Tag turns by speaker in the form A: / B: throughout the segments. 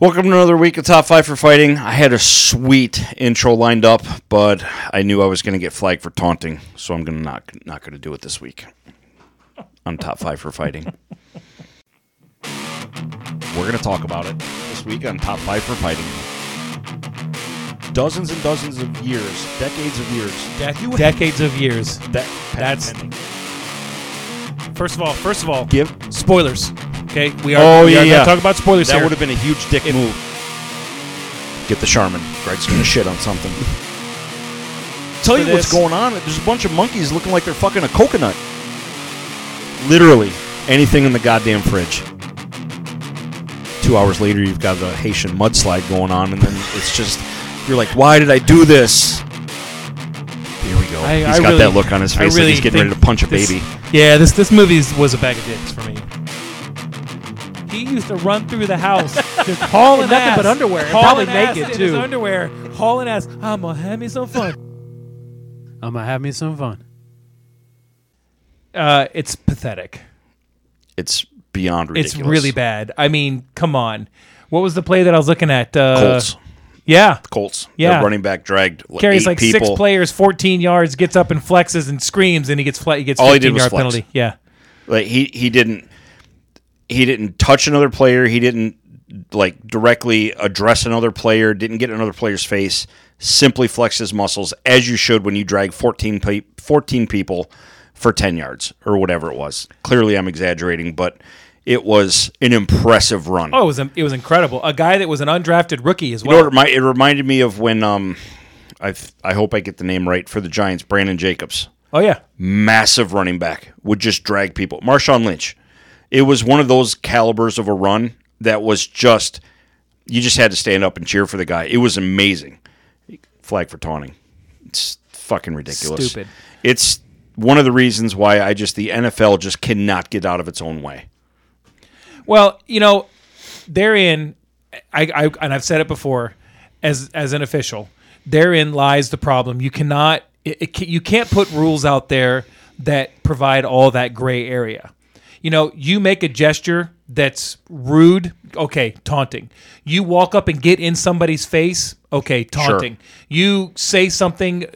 A: Welcome to another week of Top 5 for Fighting. I had a sweet intro lined up, but I knew I was going to get flagged for taunting, so I'm gonna not, not going to do it this week on Top 5 for Fighting. We're going to talk about it this week on Top 5 for Fighting. Dozens and dozens of years, decades of years.
B: Decu-
C: decades of years.
A: That,
C: That's first of all. First of all,
A: give
C: spoilers. Okay, we are.
A: Oh,
C: we
A: yeah,
C: are
A: yeah.
C: Gonna talk about spoilers
A: That
C: here.
A: would have been a huge dick move. Get the Charmin. Greg's gonna shit on something. Tell you
C: For
A: what's
C: this-
A: going on. There's a bunch of monkeys looking like they're fucking a coconut. Literally anything in the goddamn fridge. Two hours later, you've got the Haitian mudslide going on, and then it's just you're like, "Why did I do this?" Here we go.
C: I-
A: He's
C: I
A: got
C: really-
A: that look on his
C: I
A: face like
C: really
A: he's getting ready to
C: think
A: punch a
C: this-
A: baby.
C: Yeah, this this movie is- was a bag of dicks for me. He used to run through the house, just hauling
B: In nothing
C: ass.
B: but underwear, and
C: hauling
B: probably
C: ass
B: naked,
C: in his
B: too.
C: underwear, hauling ass. Ah, I'm gonna have me some fun.
B: I'm gonna have me some fun.
C: Uh, it's pathetic.
A: It's beyond ridiculous.
C: It's really bad. I mean, come on. What was the play that I was looking at? Uh,
A: Colts.
C: Yeah.
A: Colts.
C: Yeah.
A: Their running back dragged like,
C: Carries
A: eight
C: like
A: people.
C: six players, 14 yards, gets up and flexes and screams, and he gets fla- he gets
A: All
C: 15
A: he did was
C: yard
A: flex.
C: penalty. Yeah.
A: Like he he didn't he didn't touch another player. He didn't like directly address another player. Didn't get in another player's face. Simply flexed his muscles as you should when you drag 14, pe- 14 people for ten yards or whatever it was. Clearly, I'm exaggerating, but it was an impressive run.
C: Oh, it was it was incredible. A guy that was an undrafted rookie as
A: You
C: well.
A: know what it, remi- it reminded me of when um I I hope I get the name right for the Giants. Brandon Jacobs.
C: oh yeah,
A: Mm. massive running back, would just drag people. Marshawn Lynch. It was one of those calibers of a run that was just you just had to stand up and cheer for the guy. It was amazing. Flag for taunting. It's fucking ridiculous.
C: Stupid.
A: It's one of the reasons why I just the NFL just cannot get out of its own way.
C: Well, you know, therein, I, I and I've said it before, as as an official, therein lies the problem. You cannot, it, it, ca- you can't put rules out there that provide all that gray area. You know, you make a gesture that's rude, okay, taunting. You walk up and get in somebody's face, okay, taunting. You say something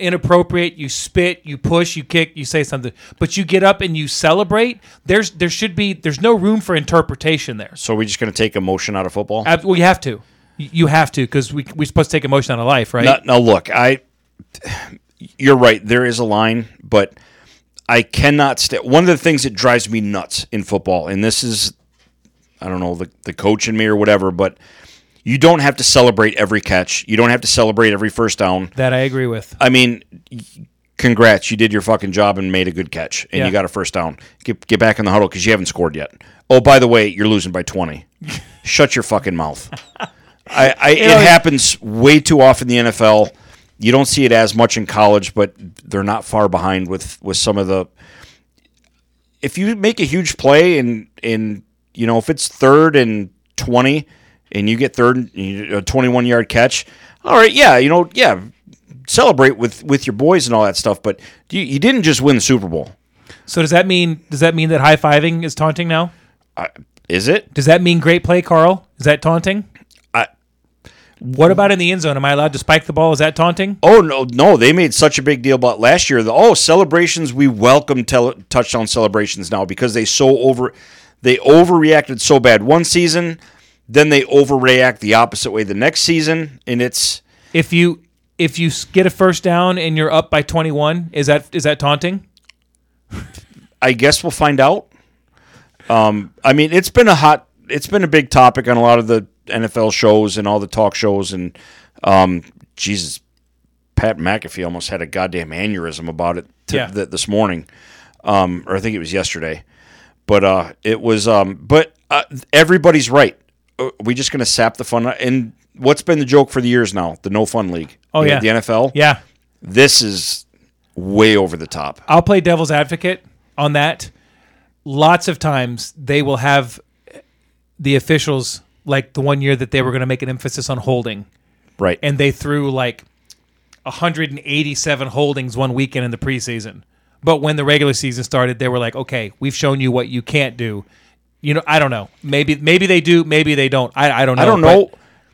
C: inappropriate you spit you push you kick you say something but you get up and you celebrate there's there should be there's no room for interpretation there
A: So we're just going to take emotion out of football.
C: Ab- well you have to You- you have to because we, we're supposed to take emotion out of life right
A: Now, now look, I you're right. There is a line, but I cannot sta One of the things that drives me nuts in football, and this is, I don't know, the the coach in me or whatever, but you don't have to celebrate every catch. You don't have to celebrate every first down.
C: that i agree with
A: I mean, y- congrats, you did your fucking job and made a good catch, and
C: Yeah.
A: you got a first down. Get get back in the huddle because you haven't scored yet. Oh, by the way, you're losing by twenty. Shut your fucking mouth. I, I it happens way too often in the NFL. You don't see it as much in college, but they're not far behind with with some of the. If you make a huge play and and you know if it's third and twenty, and you get third and you- a twenty-one yard catch, all right, yeah, you know, yeah, celebrate with with your boys and all that stuff. But you, you didn't just win the Super Bowl,
C: so does that mean does that mean that high-fiving is taunting now
A: is it?
C: does that mean great play carl is that taunting
A: I-
C: what about in the end zone am i allowed to spike the ball is that taunting
A: Oh no, no! They made such a big deal about last year. The oh celebrations, we welcome tele- touchdown celebrations now because they so over, they overreacted so bad one season, then they overreact the opposite way the next season, and it's
C: if you if you s- get a first down and you're up by 21 is that is that taunting
A: I guess we'll find out. Um, I mean, it's been a hot, it's been a big topic on a lot of the NFL shows and all the talk shows, and um, Jesus, Pat McAfee almost had a goddamn aneurysm about it t-
C: Yeah.
A: th- this morning, um, or I think it was yesterday. But uh, it was, um, but uh, everybody's right. Uh, we just going to sap the fun. And what's been the joke for the years now? The no fun league.
C: Oh,
A: You know,
C: yeah.
A: the NFL.
C: yeah
A: this is way over the top.
C: I'll play devil's advocate on that. Lots of times they will have eh, the officials like the one year that they were going to make an emphasis on holding,
A: Right.
C: and they threw like 187 holdings one weekend in the preseason. But when the regular season started, they were like, "Okay, we've shown you what you can't do. You know, I don't know. Maybe maybe they do. Maybe they don't. I, I don't know.
A: I don't
C: but
A: know.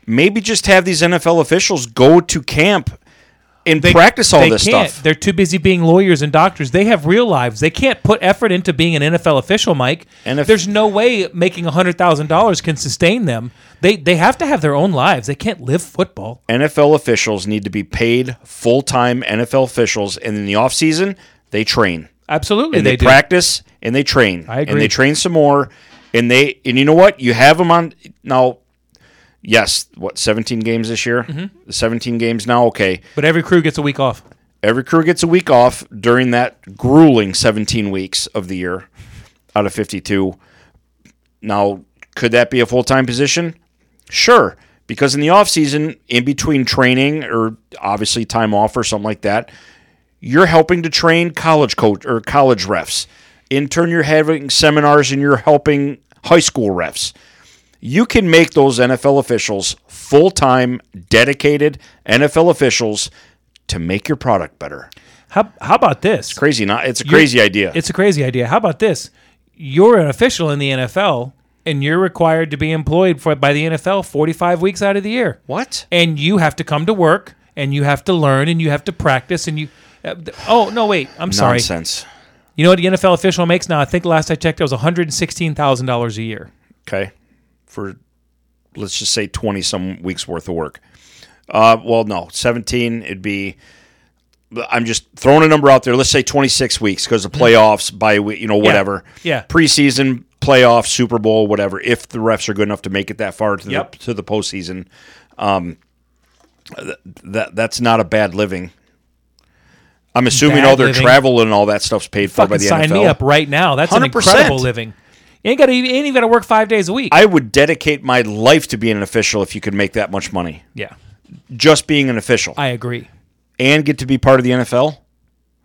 A: Maybe just have these NFL officials go to camp and
C: they-
A: practice all
C: they
A: this
C: can't.
A: stuff.
C: They're too busy being lawyers and doctors. They have real lives. They can't put effort into being an NFL official, Mike.
A: And if-
C: there's no way making hundred thousand dollars can sustain them. They they have to have their own lives. They can't live football.
A: NFL officials need to be paid full time NFL officials, and in the off season they train
C: Absolutely,
A: and
C: they,
A: they,
C: do.
A: practice and they train.
C: I
A: And
C: agree.
A: they train some more, and they and you know what? You have them on now. Yes, what seventeen games this year?
C: Mm-hmm.
A: Seventeen games now. Okay,
C: But every crew gets a week off.
A: Every crew gets a week off during that grueling 17 weeks of the year out of 52. Now, could that be a full time position? Sure, because in the offseason, in between training or obviously time off or something like that, you're helping to train college coach or college refs. In turn, you're having seminars and you're helping high school refs. You can make those NFL officials full time, dedicated NFL officials to make your product better.
C: How how about this?
A: Crazy, not? It's a crazy idea.
C: It's a crazy idea. How about this? You're an official in the NFL, and you're required to be employed for by the NFL 45 weeks out of the year.
A: what?
C: And you have to come to work, and you have to learn, and you have to practice, and you. Uh, th- oh no! Wait, I'm sorry.
A: Nonsense.
C: You know what the NFL official makes now? I think last I checked, it was 116 thousand dollars a
A: Oh,
C: year.
A: Okay. For let's just say 20 some weeks worth of work. Uh, well, no, 17, it'd be. I'm just throwing a number out there. Let's say 26 weeks because of playoffs, by you know whatever.
C: Mm-hmm. Yeah.
A: Preseason, playoff, Super Bowl, whatever. If the refs are good enough to make it that far to
C: Yep.
A: the to the postseason, um, th- that that's not a bad living. I'm assuming
C: Bad
A: all their
C: living.
A: travel and all that stuff's paid for by
C: Fucking
A: the
C: sign
A: NFL.
C: me up right now. That's an
A: 100%.
C: incredible living. You ain't got to ain't even got to work five days a week.
A: I would dedicate my life to being an official if you could make that much money.
C: yeah,
A: Just being an official
C: I agree.
A: and get to be part of the NFL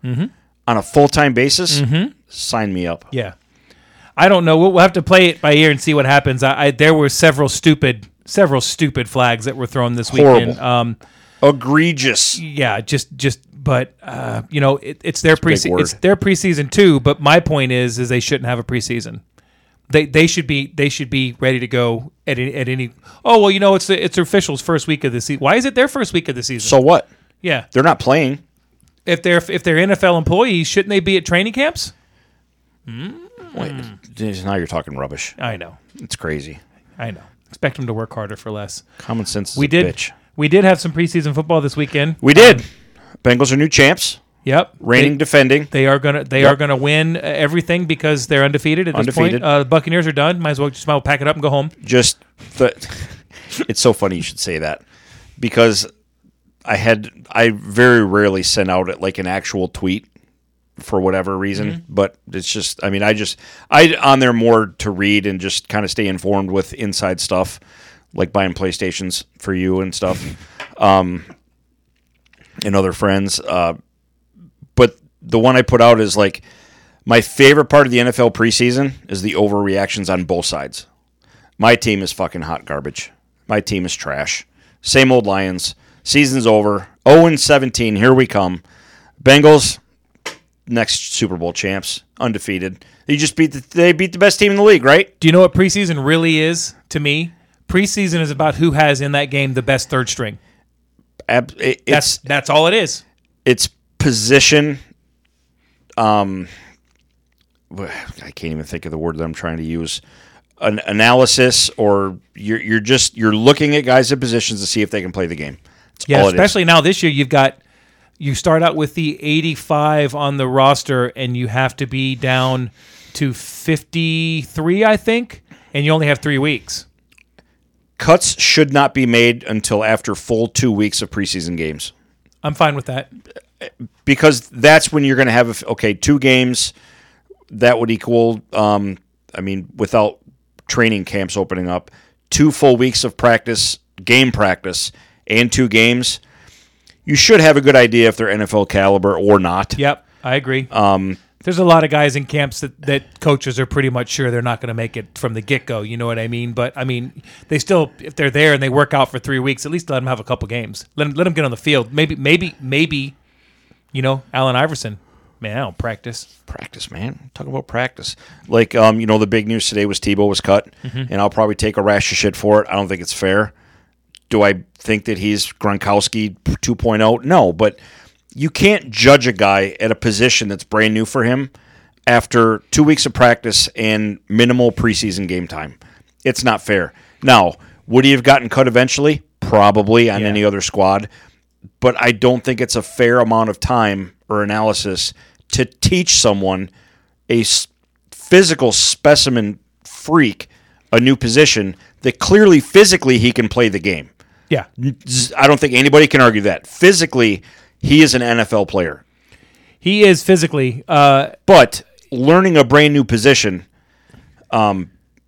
C: Mm-hmm.
A: on a full time basis. Sign me up.
C: Yeah, I don't know. We'll, we'll have to play it by ear and see what happens. I, I there were several stupid, several stupid flags that were thrown this
A: Horrible.
C: weekend. Um,
A: Egregious.
C: yeah, just just but uh, you know, it, it's their
A: big
C: preseason.
A: word.
C: It's their preseason too. But my point is, is they shouldn't have a preseason. They they should be they should be ready to go at any, at any. Oh well, you know, it's the, it's their officials' first week of the season. Why is it their first week of the season?
A: So what?
C: yeah,
A: They're not playing.
C: if they're if they're NFL employees, shouldn't they be at training camps?
A: Wait,
C: Mm.
A: now you're talking rubbish.
C: I know,
A: It's crazy.
C: I know. Expect them to work harder for less.
A: Common sense is
C: we
A: a
C: did
A: bitch.
C: we did have some preseason football this weekend.
A: We did. Bengals are new champs,
C: Yep,
A: reigning,
C: They,
A: defending.
C: they are gonna they
A: Yep.
C: are gonna win uh, everything because they're undefeated at this
A: Undefeated.
C: point. Uh, the Buccaneers are done. Might as well just might as well pack it up and go home.
A: just the it's so funny you should say that because i had i very rarely send out like an actual tweet for whatever reason but it's just i mean i just i on there more to read and just kind of stay informed with inside stuff like buying playstations for you and stuff um and other friends uh but the one i put out is like my favorite part of the nfl preseason is the overreactions on both sides my team is fucking hot garbage. My team is trash. Same old Lions. Season's over. 0 and 17. Here we come. Bengals, next Super Bowl champs, undefeated. You just beat the, they beat the best team in the league, right?
C: Do you know what preseason really is to me? Preseason is about who has in that game the best third string.
A: Ab- it-
C: That's
A: it's
C: that's all it is.
A: it's position. Um, I can't even think of the word that I'm trying to use. An analysis, or you're you're just you're looking at guys at positions to see if they can play the game. That's
C: Yeah,
A: all it is.
C: especially now this year you've got you start out with the 85 on the roster and you have to be down to 53 I think and you only have 3 weeks.
A: cuts should not be made until after full two weeks of preseason games
C: I'm fine with that.
A: because that's when you're going to have a f okay two games that would equal um, i mean without training camps opening up two full weeks of practice game practice and two games you should have a good idea if they're nfl caliber or not
C: Yep, I agree. Um, There's a lot of guys in camps that, that coaches are pretty much sure they're not going to make it from the get go. You know what I mean? But I mean, they still, if they're there and they work out for three weeks, at least let them have a couple games. Let them, let them get on the field. Maybe, maybe, maybe, you know, Allen Iverson Man, I don't practice.
A: Practice, man. Talk about practice. Like, um, you know, the big news today was Tebow was cut, and I'll probably take a rash of shit for it. I don't think it's fair. Do I think that he's Gronkowski 2.0? No, but you can't judge a guy at a position that's brand new for him after two weeks of practice and minimal preseason game time. It's not fair. Now, would he have gotten cut eventually? Probably on any other squad, but I don't think it's a fair amount of time or analysis to teach someone a s- physical specimen freak a new position that clearly physically he can play the game.
C: Yeah.
A: Z- I don't think anybody can argue that. Physically, he is an NFL player.
C: He is physically uh
A: But learning a brand new position um,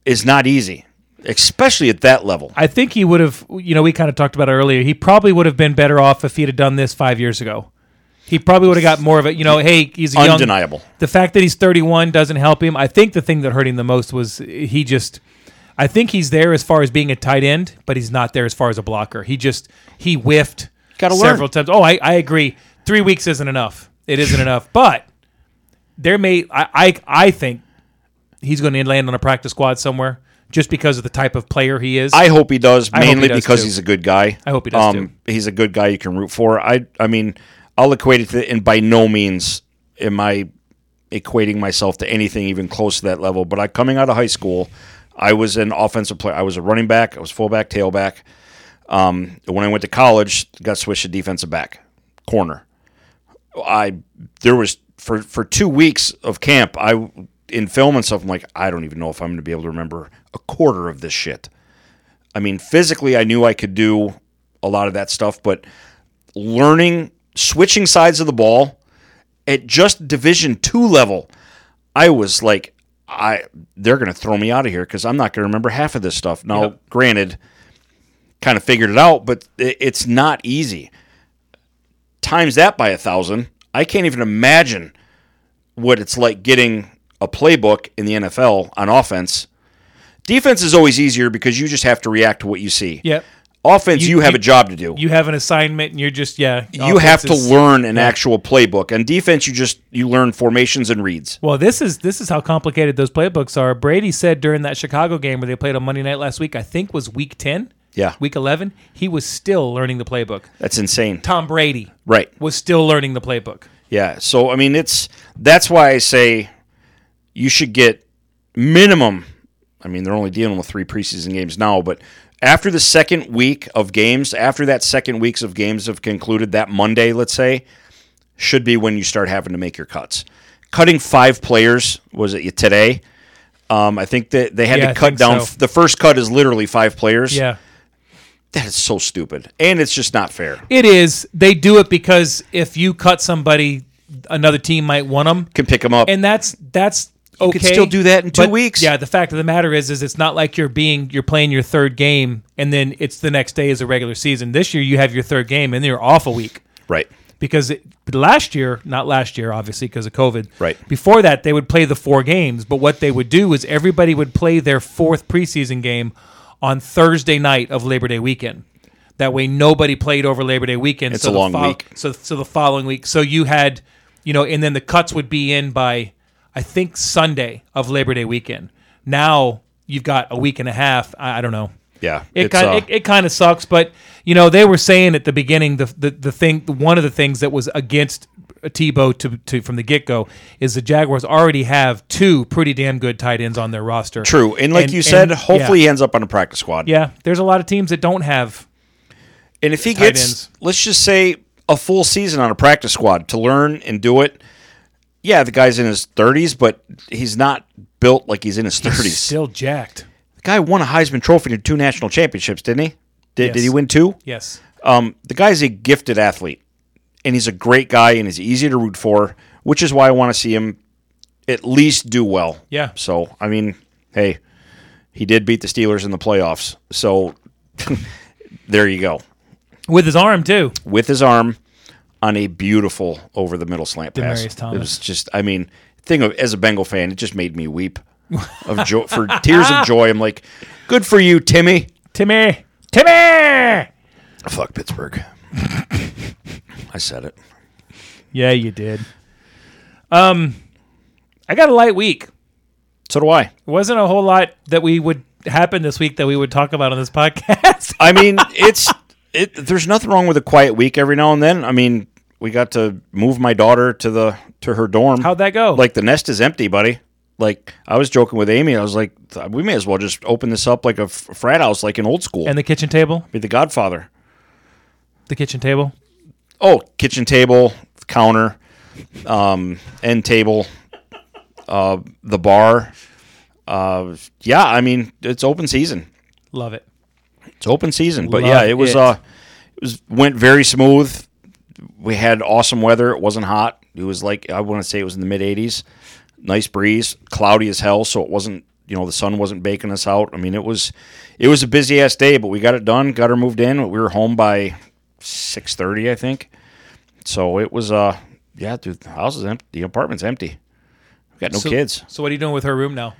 A: is not easy, especially at that level.
C: I think he would have, you know, we kind of talked about it earlier. He probably would have been better off if he'd have done this five years ago. He probably would have got more of it. You know, hey, he's a young-
A: Undeniable.
C: the fact that he's 31 doesn't help him. I think the thing that hurt him the most was he just. I think he's there as far as being a tight end, but he's not there as far as a blocker. He just he whiffed
A: Gotta learn.
C: several times. Oh, I, I agree. Three weeks isn't enough. It isn't enough. But there may I I, I think he's going to land on a practice squad somewhere just because of the type of player he is.
A: I hope he does
C: hope he
A: mainly
C: does,
A: because
C: too.
A: he's a good guy.
C: I hope he does,
A: too. He's a good guy you can root for. I I mean, I'll equate it to, and by no means am I equating myself to anything even close to that level. But I coming out of high school, I was an offensive player. I was a running back. I was fullback, tailback. Um, when I went to college, got switched to defensive back, corner. I there was for for two weeks of camp. I in film and stuff. I'm like, I don't even know if I'm going to be able to remember a quarter of this shit. I mean, physically, I knew I could do a lot of that stuff, but learning switching sides of the ball at just Division two level, I was like, I they're going to throw me out of here because I'm not going to remember half of this stuff. Now,
C: Yep.
A: granted, kind of figured it out, but i- it's not easy. Times that by a thousand, I can't even imagine what it's like getting a playbook in the NFL on offense. Defense is always easier because you just have to react to what you see.
C: Yep.
A: Offense, you,
C: You-
A: have
C: you-
A: a job to do. You,
C: you have an assignment and you're just yeah.
A: have
C: offense
A: to
C: is-
A: learn an actual playbook. And defense, you just you learn formations and reads.
C: Well, this is this is how complicated those playbooks are. Brady said during that Chicago game where they played on Monday night last week, I think was week ten.
A: Yeah.
C: Week eleven, he was still learning the playbook.
A: That's insane.
C: Tom Brady
A: Right.
C: was still learning the playbook.
A: Yeah. So I mean, it's that's why I say you should get minimum. I mean, they're only dealing with three preseason games now, but after the second week of games, after that second weeks of games have concluded, that Monday, let's say, should be when you start having to make your cuts. Cutting five players was it today? Um, I think that they had
C: Yeah, I
A: to cut
C: think
A: down.
C: so.
A: The first cut is literally five players.
C: Yeah.
A: that is so stupid, and it's just not fair.
C: It is. They do it because if you cut somebody, another team might want them,
A: Can pick them up.
C: and that's that's okay.
A: could still do that in two
C: But,
A: weeks.
C: Yeah. The fact of the matter is, is it's not like you're being you're playing your third game and then it's the next day is a regular season. This year you have your third game and then you're off a week.
A: right.
C: because it, last year, not last year, obviously, because of COVID.
A: Right.
C: Before that, they would play the four games, but what they would do is everybody would play their fourth preseason game on Thursday night of Labor Day weekend. That way, nobody played over Labor Day weekend.
A: It's
C: so
A: a
C: the
A: long week.
C: So, so the following week, so you had, you know, and then the cuts would be in by, I think Sunday of Labor Day weekend. Now you've got a week and a half. I, I don't know.
A: Yeah.
C: It
A: It's,
C: kind
A: uh,
C: it, it kind of sucks, but you know they were saying at the beginning the the, the thing one of the things that was against Tebow to, to from the get go is the Jaguars already have two pretty damn good tight ends on their roster.
A: True. And like
C: And-
A: you said,
C: and-
A: hopefully
C: yeah.
A: he ends up on a practice squad.
C: Yeah, there's a lot of teams that don't have.
A: And if he
C: Tight
A: gets,
C: ends.
A: let's just say, a full season on a practice squad to learn and do it, yeah, the guy's in his 30s, but he's not built like he's in his 30s.
C: Still jacked.
A: the guy won a Heisman Trophy and two national championships, didn't he? Did, did
C: Yes.
A: he win two?
C: Yes.
A: Um, the guy's a gifted athlete, and he's a great guy, and he's easy to root for, which is why I want to see him at least do well.
C: Yeah.
A: So I mean, hey, he did beat the Steelers in the playoffs, so there you go
C: With his arm too.
A: with his arm on a beautiful over the middle slant pass.
C: Demaryius Thomas.
A: It was just, I mean, thing of as a Bengal fan, it just made me weep of joy for tears of joy. I'm like, good for you, Timmy.
C: Timmy. Timmy.
A: Fuck Pittsburgh. I said it.
C: Yeah, you did. Um, I got a light week.
A: So do I.
C: It wasn't a whole lot that we would happen this week that we would talk about on this podcast.
A: I mean, it's it. There's nothing wrong with a quiet week every now and then. I mean, we got to move my daughter to the to her dorm.
C: How'd that go?
A: Like the nest is empty, buddy. Like I was joking with Amy. I was like, "Th- we may as well just open this up like a f- frat house, like in old school.
C: and the kitchen table,
A: Be the Godfather.
C: the kitchen table.
A: Oh, kitchen table, counter, um, end table, uh, the bar. Uh, yeah, I mean, it's open season.
C: Love it.
A: It's open season, but
C: Love
A: yeah, it was
C: it.
A: uh, it was went very smooth. We had awesome weather. It wasn't hot. It was like I want to say it was in the mid 80s. Nice breeze, cloudy as hell, so it wasn't you know the sun wasn't baking us out. I mean, it was it was a busy ass day, but we got it done. Got her moved in. We were home by 6:30, I think. So it was uh, yeah, dude, the house is empty. The apartment's empty. We got no
C: So-
A: kids.
C: So what are you doing with her room now?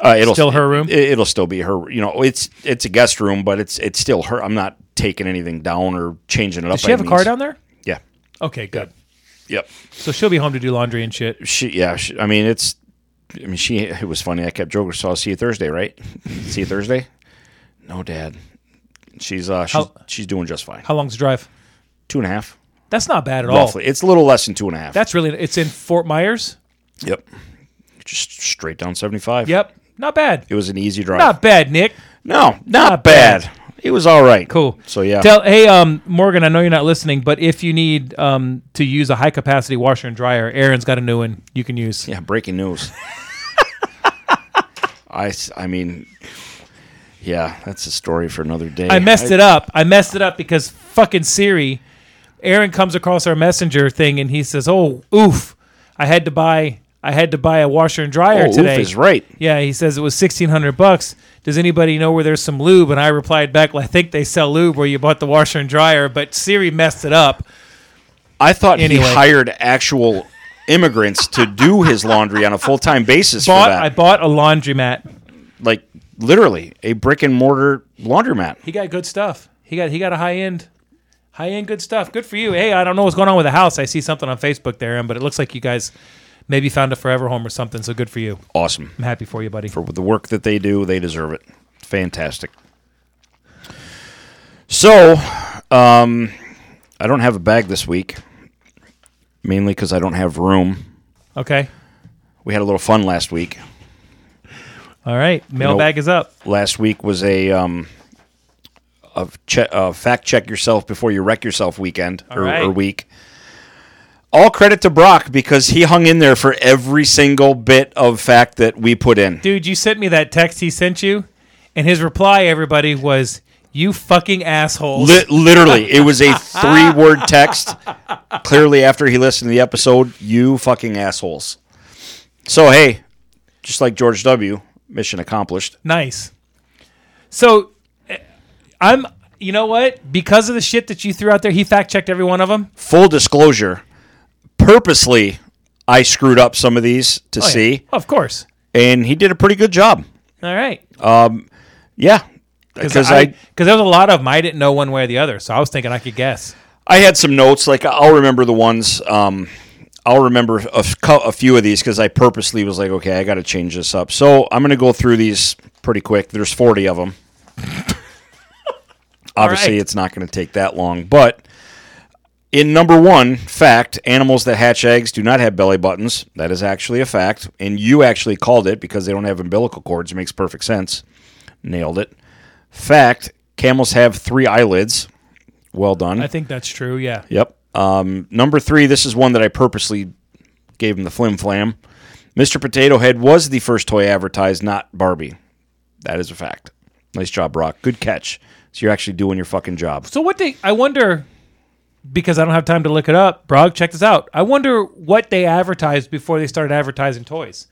A: Uh, it'll
C: Still her room?
A: It, will still be her. You know, it's it's a guest room, but it's it's still her. I'm not taking anything down or changing it up.
C: Does she have a car down there?
A: Yeah.
C: Okay, good.
A: Yep.
C: So she'll be home to do laundry and shit.
A: She. Yeah. She, I mean, it's. I mean, she. It was funny. I kept joking. So I'll see you Thursday, right? see you Thursday. No, Dad. She's uh she's,
C: How-
A: she's doing just fine.
C: How long's the drive?
A: Two and a half.
C: That's not bad at all.
A: Roughly, it's a little less than two and a half.
C: Oh. That's really it's in Fort Myers.
A: yep. Just straight down seventy five.
C: Yep, not bad.
A: It was an easy drive.
C: Not bad, Nick.
A: no, not,
C: bad.
A: bad. It was all right.
C: Cool.
A: So yeah.
C: Tell hey um Morgan, I know you're not listening, but if you need um to use a high capacity washer and dryer, Aaron's got a new one you can use.
A: Yeah, breaking news. I, s- I mean, yeah, that's a story for another day.
C: I messed it up. I messed it up because fucking Siri. Aaron comes across our messenger thing and he says, "Oh, oof! I had to buy I had to buy a washer and dryer
A: Oh,
C: today."
A: Oof is right.
C: Yeah, he says it was sixteen hundred bucks. Does anybody know where there's some lube? And I replied back, "Well, I think they sell lube where you bought the washer and dryer, but Siri messed it up.
A: I thought
C: Anyway.
A: he hired actual immigrants to do his laundry on a full time basis
C: Bought
A: for
C: I
A: that.
C: bought a laundromat.
A: like literally a brick and mortar laundromat.
C: He got good stuff. He got he got a high end, high end good stuff. Good for you. Hey, I don't know what's going on with the house. I see something on Facebook there, Aaron, but it looks like you guys maybe found a forever home or something. So good for you.
A: Awesome
C: I'm happy for you, buddy.
A: for the work that they do. They deserve it. Fantastic. So, um, I don't have a bag this week, mainly because I don't have room.
C: Okay.
A: We had a little fun last week.
C: All right. Mailbag is up.
A: last week was a um a, che- a fact check yourself before you wreck yourself weekend or,
C: right.
A: or week. All credit to Brock because he hung in there for every single bit of fact that we put in.
C: Dude, you sent me that text he sent you, and his reply, everybody, was you fucking assholes.
A: Li- literally, it was a three-word text. Clearly, after he listened to the episode, you fucking assholes. So hey, just like George W, mission accomplished.
C: Nice. So eh, I'm you know what? Because of the shit that you threw out there, he fact checked every one of them.
A: Full disclosure, purposely, I screwed up some of these
C: Oh,
A: to see.
C: Of course.
A: and he did a pretty good job.
C: All right.
A: Yeah, because I,
C: I because there was a lot of them I didn't know one way or the other, so I was thinking I could guess.
A: I had some notes. Like I'll remember the ones. Um, I'll remember a, f- cou- a few of these because I purposely was like, okay, I got to change this up. So I'm going to go through these pretty quick. There's 40 of them. Obviously,
C: right.
A: it's not going to take that long, but. In number one, fact, animals that hatch eggs do not have belly buttons. That is actually a fact. And you actually called it because they don't have umbilical cords. It makes perfect sense. Nailed it. Fact, camels have three eyelids. Well done.
C: I think that's true. Yeah.
A: Yep. Um, number three, this is one that I purposely gave him the flim flam. Mr. Potato Head was the first toy advertised, not Barbie. That is a fact. Nice job, Brock. Good catch. So you're actually doing your fucking job.
C: So what they I wonder because I don't have time to look it up. Brog, check this out. I wonder what they advertised before they started advertising toys.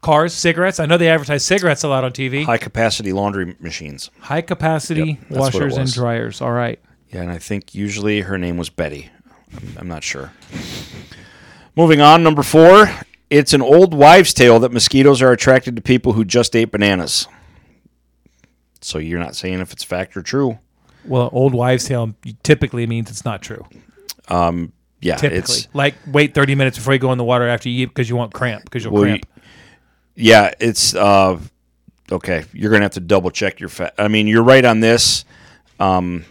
C: Cars, cigarettes. I know they advertise cigarettes a lot on TV.
A: High capacity laundry machines.
C: High capacity
A: that's what it
C: washers and
A: was.
C: dryers. All right.
A: Yeah, and I think usually her name was Betty. I'm, I'm not sure. Moving on, number four. It's an old wives' tale that mosquitoes are attracted to people who just ate bananas. So you're not saying if it's fact or true.
C: Well, old wives' tale typically means it's not true.
A: yeah,
C: typically.
A: it's
C: Like wait 30 minutes before you go in the water after you eat because you won't cramp because you'll
A: well,
C: cramp.
A: you- yeah, it's uh, okay. You're gonna have to double check your fat. I mean, you're right on this, um,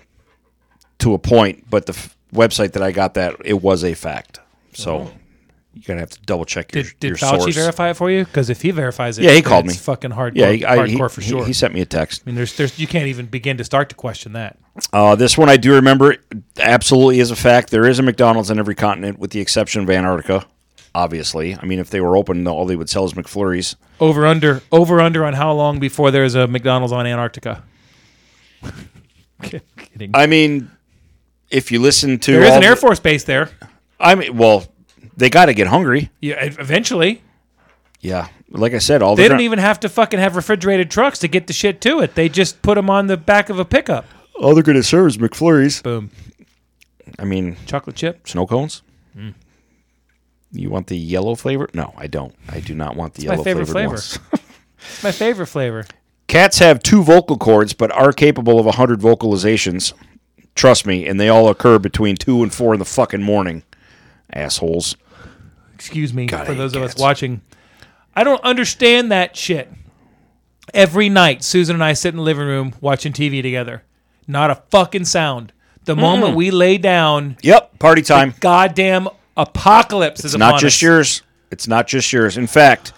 A: to a point. But the f- website that I got that it was a fact, so you're gonna have to double check your
C: Oh. did did
A: your
C: Fauci
A: source.
C: verify it for you? Because if he verifies it,
A: Yeah, he
C: then
A: called
C: it's
A: me.
C: Fucking hardcore,
A: yeah, he, I, he,
C: hardcore for
A: he-
C: sure.
A: he sent me a text.
C: I mean, there's, there's, you can't even begin to start to question that.
A: Uh, this one I do remember absolutely is a fact. There is a McDonald's on every continent, with the exception of Antarctica. Obviously, I mean, if they were open, all they would sell is McFlurries.
C: Over under, over under on how long before there's a McDonald's on Antarctica. kidding.
A: I mean, if you listen to
C: there is
A: all
C: an Air
A: the-
C: Force base there.
A: I mean, well, they got to get hungry.
C: Yeah, ev- eventually
A: Yeah, like I said, all
C: they
A: the
C: don't even have to fucking have refrigerated trucks to get the shit to it. They just put them on the back of a pickup.
A: all they're going to serve is McFlurries.
C: Boom,
A: I mean,
C: chocolate chip.
A: snow cones. You want the yellow flavor? No, I don't. I do not want the
C: my
A: yellow
C: favorite
A: flavored
C: flavor.
A: ones.
C: It's my favorite flavor.
A: Cats have two vocal cords, but are capable of hundred vocalizations. Trust me, and they all occur between two and four in the fucking morning. Assholes.
C: excuse me
A: God, I
C: for
A: hate
C: those of us
A: cats.
C: watching. I don't understand that shit. Every night, Susan and I sit in the living room watching TV together. Not a fucking sound. The moment we lay down,
A: Yep, party time.
C: goddamn apocalypse is
A: It's not
C: upon
A: just
C: us.
A: yours. It's not just yours. In fact,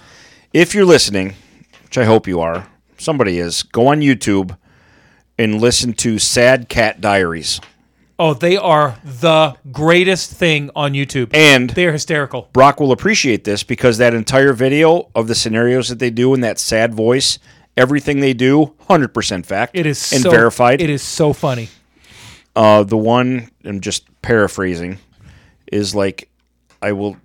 A: if you're listening, which I hope you are, somebody is, go on YouTube and listen to Sad Cat Diaries.
C: Oh, they are the greatest thing on YouTube,
A: And
C: they are hysterical.
A: Brock will appreciate this because that entire video of the scenarios that they do in that sad voice, everything they do, 100% fact
C: It is
A: and
C: so,
A: verified.
C: It is so funny.
A: Uh, the one I'm just paraphrasing is like I will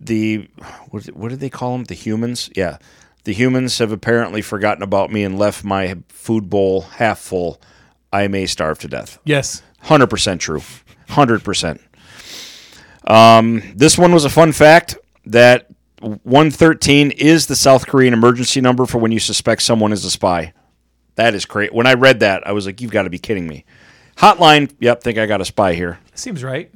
A: the what, what did they call them? The humans? Yeah, the humans have apparently forgotten about me and left my food bowl half full. I may starve to death.
C: Yes,
A: Hundred percent true. Hundred percent. Um, this one was a fun fact that 113 is the South Korean emergency number for when you suspect someone is a spy. That is great. When I read that, I was like, "You've got to be kidding me." Hotline. Yep, think I got a spy here.
C: seems right.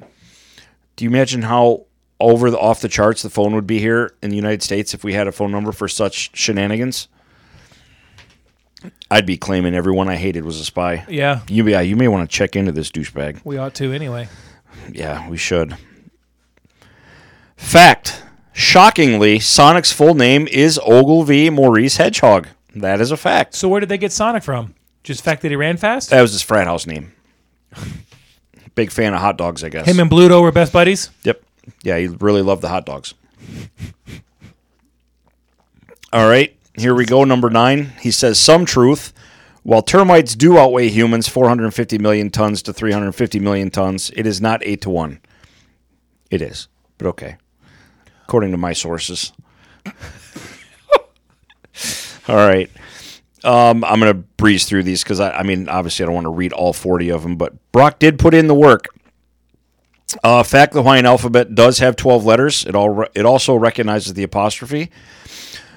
A: Do you imagine how over the off the charts the phone would be here in the United States if we had a phone number for such shenanigans? I'd be claiming everyone I hated was a spy.
C: Yeah,
A: You, yeah, you may want to check into this douchebag.
C: we ought to anyway.
A: Yeah, we should. Fact. Shockingly, Sonic's full name is Ogilvy Maurice Hedgehog. That is a fact.
C: So where did they get Sonic from? Just the fact that he ran fast.
A: That was his frat house name. Big fan of hot dogs, I guess.
C: Him and Bluto were best buddies.
A: yep. Yeah, he really loved the hot dogs. All right, here we go. Number nine. He says some truth. While termites do outweigh humans 450 million tons to 350 million tons, it is not eight to one. It is, but okay, according to my sources. all right, um, I'm gonna breeze through these because I, I mean, obviously, I don't want to read all 40 of them, but Brock did put in the work. Uh, fact: The Hawaiian alphabet does have 12 letters. It all it also recognizes the apostrophe.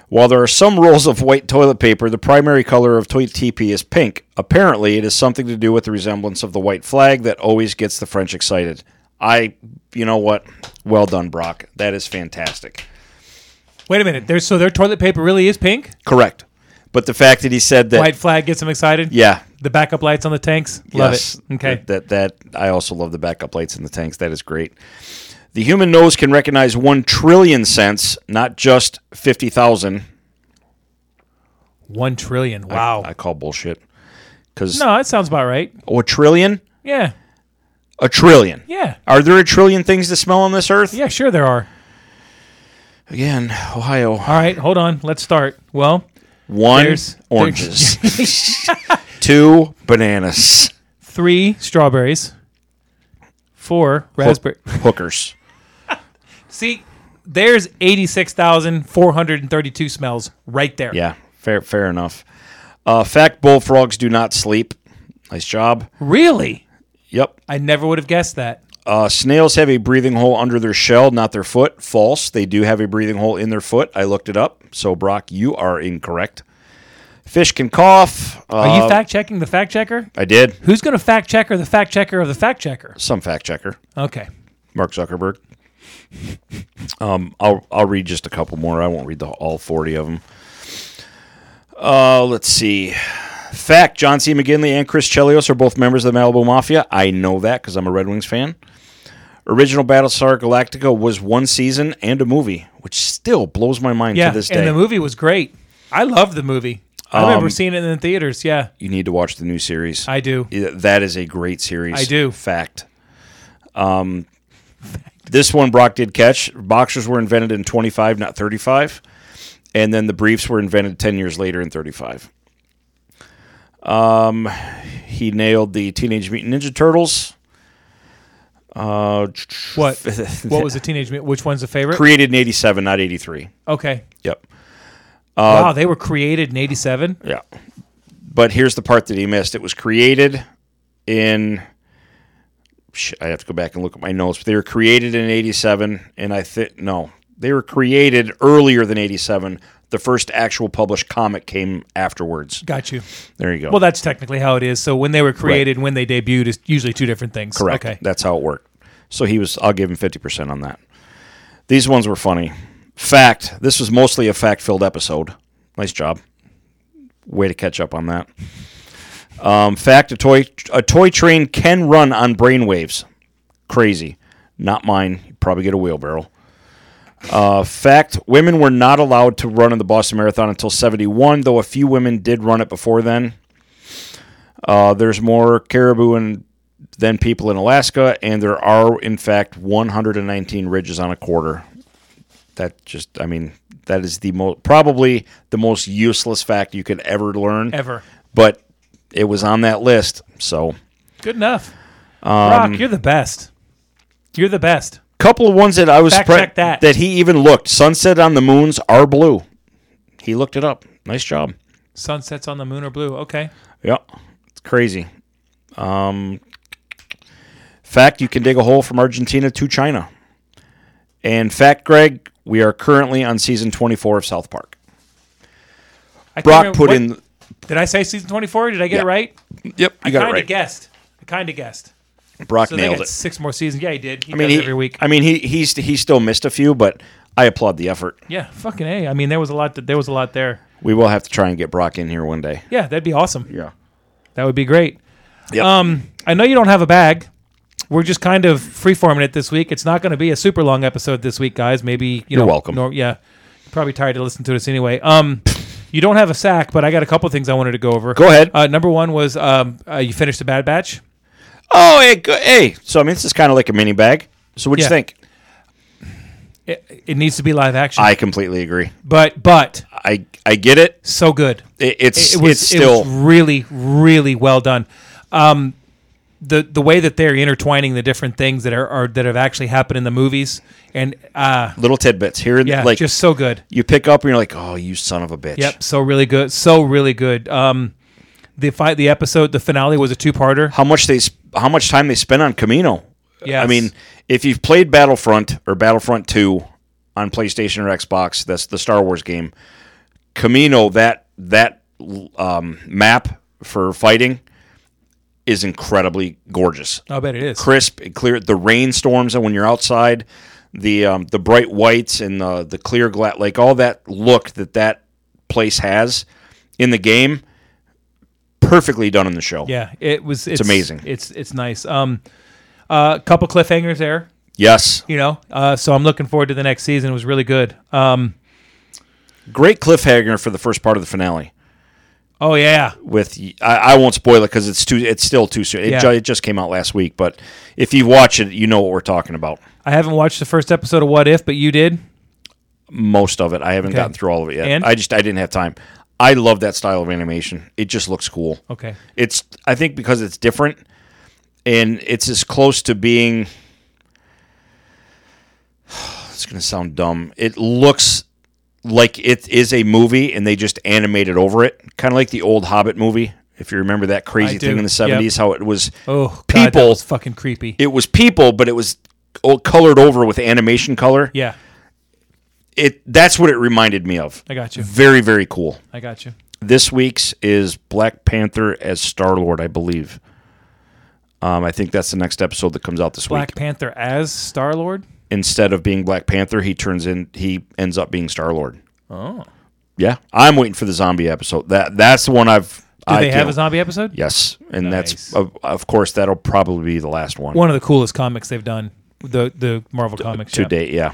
A: While there are some rolls of white toilet paper, the primary color of toilet TP is pink. Apparently, it is something to do with the resemblance of the white flag that always gets the French excited. I, you know what? Well done, Brock. That is fantastic.
C: Wait a minute. There's so their toilet paper really is pink.
A: Correct. But the fact that he said that,
C: White flag gets them excited.
A: yeah,
C: The backup lights on the tanks. Love
A: Yes.
C: it. Okay.
A: That, that that- I also love the backup lights in the tanks. That is great. The human nose can recognize one trillion scents, not just fifty thousand.
C: One trillion. Wow.
A: I call bullshit. Because
C: no, that sounds about right.
A: a trillion,
C: Yeah.
A: a trillion.
C: Yeah.
A: Are there a trillion things to smell on this earth?
C: Yeah. Sure, there are.
A: Again, Ohio.
C: All right. Hold on. Let's start. Well,
A: One
C: There's-
A: oranges. Two bananas.
C: three strawberries. Four raspberry.
A: Hookers.
C: See, there's eighty-six thousand four hundred and thirty-two smells right there.
A: Yeah, fair fair enough. Uh, fact: Bullfrogs do not sleep. Nice job.
C: Really?
A: Yep.
C: I never would have guessed that.
A: Uh, snails have a breathing hole under their shell, not their foot. False. They do have a breathing hole in their foot. I looked it up. So, Brock, you are incorrect. Fish can cough. Uh,
C: Are you fact checking the fact checker?
A: I did.
C: Who's going to fact checker the fact checker of the fact checker?
A: Some fact checker.
C: Okay.
A: Mark Zuckerberg. Um, I'll I'll read just a couple more. I won't read the all forty of them. Uh, let's see. Fact: John C. McGinley and Chris Chelios are both members of the Malibu Mafia. I know that because I'm a Red Wings fan. Original Battlestar Galactica was one season and a movie, which still blows my mind
C: Yeah,
A: to this day. Um,
C: and the movie was great. I loved the movie. I remember seeing it in the theaters. Yeah,
A: you need to watch the new series.
C: I do.
A: Yeah, That is a great series.
C: I do.
A: Fact. Um, This one Brock did catch. Boxers were invented in 25, not 35. And then the briefs were invented 10 years later in 35. Um, he nailed the Teenage Mutant Ninja Turtles. Uh,
C: What? what was the teenage? Mut- Which one's the favorite?
A: created in 87, not 83.
C: okay.
A: Yep. Uh,
C: wow, they were created in '87.
A: Yeah. But here's the part that he missed. It was created in. Shit, I have to go back and look at my notes. But they were created in '87, and I think no, they were created earlier than '87. The first actual published comic came afterwards.
C: Got you.
A: There you go.
C: Well, that's technically how it is. So when they were created, and when they debuted, is usually two different things.
A: Correct.
C: Okay.
A: That's how it worked. So he was. I'll give him fifty percent on that. These ones were funny. Fact. This was mostly a fact-filled episode. Nice job. Way to catch up on that. Um, fact: a toy a toy train can run on brainwaves. Crazy. Not mine. You probably get a wheelbarrow. Uh, fact: Women were not allowed to run in the Boston Marathon until '71, though a few women did run it before then. Uh, there's more caribou and than people in Alaska, and there are in fact 119 ridges on a quarter. That just, I mean, that is the most probably the most useless fact you could ever learn.
C: Ever.
A: But it was on that list, so
C: Good enough.
A: Um,
C: Rock, you're the best. You're the best.
A: couple of ones that I was
C: Fact
A: surpri-
C: check that.
A: he even looked. Sunset on the moons are blue. He looked it up. Nice job.
C: Sunsets on the moon are blue. Okay.
A: Yeah, it's crazy. Um, fact, you can dig a hole from Argentina to China. And fact, Greg, we are currently on season 24 of South Park.
C: I can't
A: Brock
C: remember-
A: put
C: what-
A: in.
C: Did I say season 24? Did I get
A: Yeah.
C: it right?
A: Yep, you got
C: kind
A: it
C: of
A: right.
C: guessed. I kind of guessed.
A: Brock
C: So they
A: nailed
C: got
A: it.
C: six more seasons. Yeah, he did. He
A: I mean,
C: does
A: he,
C: every week.
A: I mean, he he's he still missed a few, but I applaud the effort.
C: yeah, fucking a. I mean, there was a lot. That, there was a lot there.
A: We will have to try and get Brock in here one day.
C: Yeah, that'd be awesome.
A: Yeah.
C: That would be great.
A: Yep.
C: Um, I know you don't have a bag. We're just kind of freeforming it this week. It's not going to be a super long episode this week, guys. Maybe you
A: You're
C: know,
A: welcome.
C: nor- yeah, You're probably tired to listen to this anyway. Um, you don't have a sack, but I got a couple things I wanted to go over.
A: Go ahead.
C: Uh, number one was um, uh, you finished the Bad Batch.
A: oh, hey, go- hey. So I mean, this is kind of like a mini bag. So what do you
C: Yeah.
A: think?
C: It, it needs to be live action,
A: I completely agree.
C: but but
A: I I get it.
C: so good.
A: it it's
C: it was,
A: it's still
C: it was really really well done um the the way that they're intertwining the different things that are, are that have actually happened in the movies and uh
A: little tidbits here and
C: yeah
A: like
C: just so good
A: you pick up and you're like, oh, you son of a bitch.
C: yep so really good so really good um the fight the episode the finale was a two-parter
A: How much they sp- how much time they spent on Camino?
C: Yes.
A: I mean, if you've played Battlefront or Battlefront Two on PlayStation or Xbox, that's the Star Wars game. Camino that that um, map for fighting is incredibly gorgeous.
C: i bet it is
A: crisp and clear. The rainstorms and when you're outside, the um, the bright whites and the the clear glass, like all that look that that place has in the game, perfectly done in the show.
C: yeah it was it's,
A: amazing.
C: it's it's nice um a couple cliffhangers there
A: Yes,
C: you know uh so i'm looking forward to the next season it was really good um
A: great cliffhanger for the first part of the finale.
C: oh yeah
A: With I, I won't spoil it because it's too it's still too soon. It,
C: Yeah.
A: ju- it just came out last week, but if you watch it, you know what we're talking about.
C: i haven't watched the first episode of what if but you did
A: Most of it, I haven't gotten through all of it yet.
C: And?
A: I just I didn't have time. I love that style of animation. It just looks cool.
C: okay
A: it's I think because it's different and it's as close to being it's gonna sound dumb. It looks like it is a movie and they just animated over it. Kind of like the old Hobbit movie, if you remember that crazy
C: I
A: thing
C: do,
A: in the seventies, how it was
C: Oh, God, that
A: people
C: was fucking creepy.
A: it was people, but it was all colored over with animation color.
C: yeah,
A: It that's what it reminded me of.
C: I got you.
A: Very, very cool.
C: I got you.
A: This week's is Black Panther as Star Lord, I believe. Um, I think that's the next episode that comes out this
C: Black
A: week.
C: Panther as Star Lord.
A: Instead of being Black Panther, he turns in. He ends up being Star Lord.
C: Oh,
A: Yeah, I'm waiting for the zombie episode. That that's the one I've.
C: do
A: I
C: they have
A: can't-
C: a zombie episode?
A: Yes, and
C: Nice.
A: that's of, of course that'll probably be the last one,
C: One of the coolest comics they've done. The the Marvel comics.
A: to
C: yeah.
A: date. Yeah,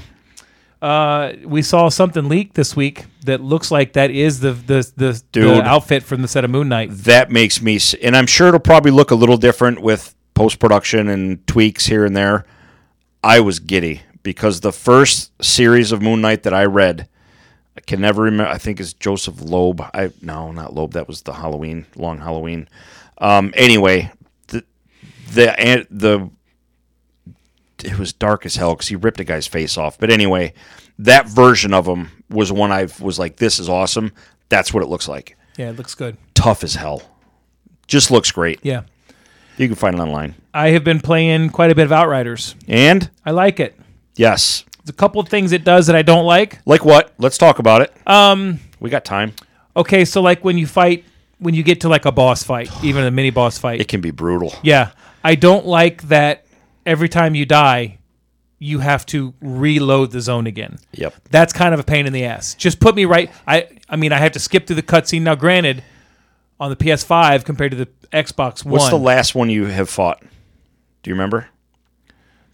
C: Uh, we saw something leaked this week that looks like that is the the the,
A: Dude.
C: the outfit from the set of Moon Knight.
A: that makes me, s- and I'm sure it'll probably look a little different with post production and tweaks here and there. I was giddy because the first series of Moon Knight that I read, I can never remember. I think it's Joseph Loeb. I no, not Loeb. That was the Halloween, Long Halloween. Um, anyway, the the and the it was dark as hell because he ripped a guy's face off. But anyway, that version of him was one I was like, "This is awesome." That's what it looks like.
C: Yeah, it looks good.
A: tough as hell. Just looks great.
C: Yeah,
A: You can find it online.
C: I have been playing quite a bit of Outriders.
A: And
C: I like it.
A: yes,
C: There's a couple of things it does that I don't like.
A: like what? Let's talk about it. Um, we got time.
C: Okay, so like when you fight, when you get to like a boss fight, even a mini boss fight,
A: It can be brutal.
C: Yeah. I don't like that every time you die, you have to reload the zone again.
A: Yep.
C: That's kind of a pain in the ass. Just put me right. I I mean, I have to skip through the cutscene. Now, granted, on the PS5 compared to the Xbox One,
A: What's the last one you have fought? Do you remember?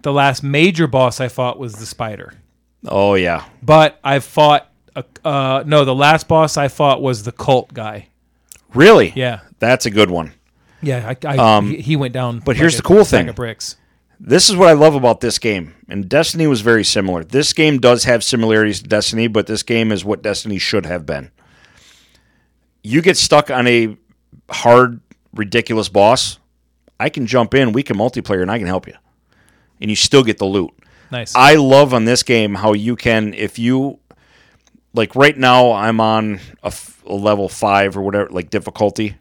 C: the last major boss I fought was the spider.
A: Oh yeah,
C: But I fought, a, uh, no, the last boss I fought was the cult guy.
A: really?
C: Yeah.
A: that's a good one.
C: Yeah, I, I, he, he went down. But
A: Um, here's the cool thing.
C: Of bricks.
A: This is what I love about this game. And Destiny was very similar. This game does have similarities to Destiny, but this game is what Destiny should have been. You get stuck on a hard, ridiculous boss. I can jump in, we can multiplayer, and I can help you. And you still get the loot.
C: Nice.
A: I love on this game how you can, if you like, right now I'm on a, f- a level five or whatever, like difficulty.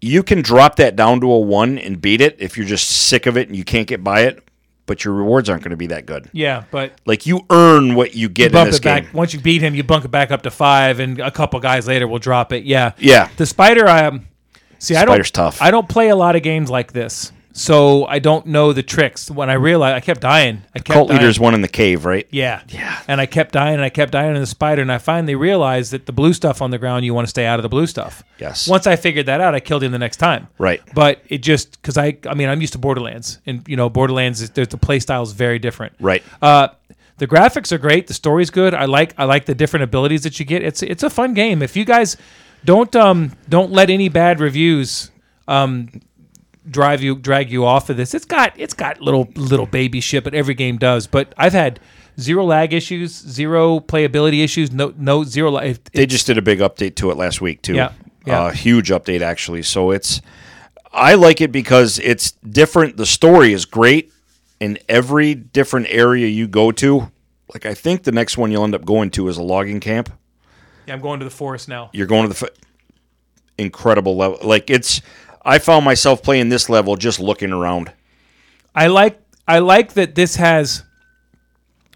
A: You can drop that down to a one and beat it if you're just sick of it and you can't get by it, but your rewards aren't going to be that good.
C: yeah, but
A: Like you earn what you get in
C: bump
A: this
C: it
A: game.
C: back once you beat him you bunk it back up to five and a couple guys later will drop it yeah
A: Yeah.
C: the spider i um, see i don't
A: Spider's tough.
C: i don't play a lot of games like this so i don't know the tricks when i realized i kept dying i kept
A: Cult
C: dying.
A: leaders one in the cave, right?
C: yeah yeah and i kept dying and i kept dying in the spider and i finally realized that the blue stuff on the ground you want to stay out of the blue stuff
A: Yes.
C: once i figured that out i killed him the next time
A: Right.
C: but it just because i i mean i'm used to borderlands and you know borderlands is, there's the play style is very different
A: Right.
C: uh, the graphics are great. The story's good. I like I like the different abilities that you get. It's it's a fun game. If you guys don't um don't let any bad reviews um drive you drag you off of this. It's got it's got little little baby shit, but every game does. But I've had zero lag issues, zero playability issues, no no zero. Li- it-
A: they just did a big update to it last week too.
C: Yeah, yeah.
A: Uh, huge update actually. So it's I like it because it's different. The story is great in every different area you go to. Like I think the next one you'll end up going to is a logging camp.
C: yeah, I'm going to the forest now.
A: You're going to the f- incredible level. Like it's I found myself playing this level just looking around.
C: I like I like that this has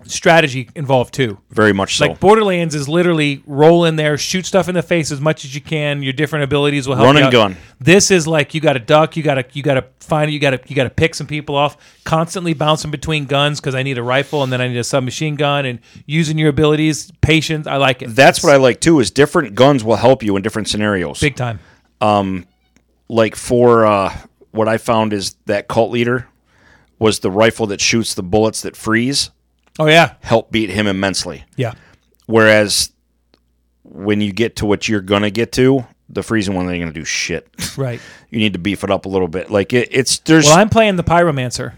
C: strategy involved too.
A: Very much so.
C: Like Borderlands is literally roll in there, shoot stuff in the face as much as you can. Your different abilities will help.
A: Run
C: you
A: and
C: out.
A: gun.
C: This is like you got to duck, you got to you got to find, you got to you got to pick some people off. Constantly bouncing between guns because I need a rifle and then I need a submachine gun and using your abilities, patience. I like it.
A: That's what I like too is different guns will help you in different scenarios.
C: big time.
A: like for uh, what I found is that cult leader was the rifle that shoots the bullets that freeze
C: Oh yeah,
A: helped beat him immensely.
C: yeah,
A: Whereas when you get to what you're gonna get to, the freezing one ain't gonna do shit.
C: right.
A: you need to beef it up a little bit. Like it, it's there's
C: Well, I'm playing the pyromancer.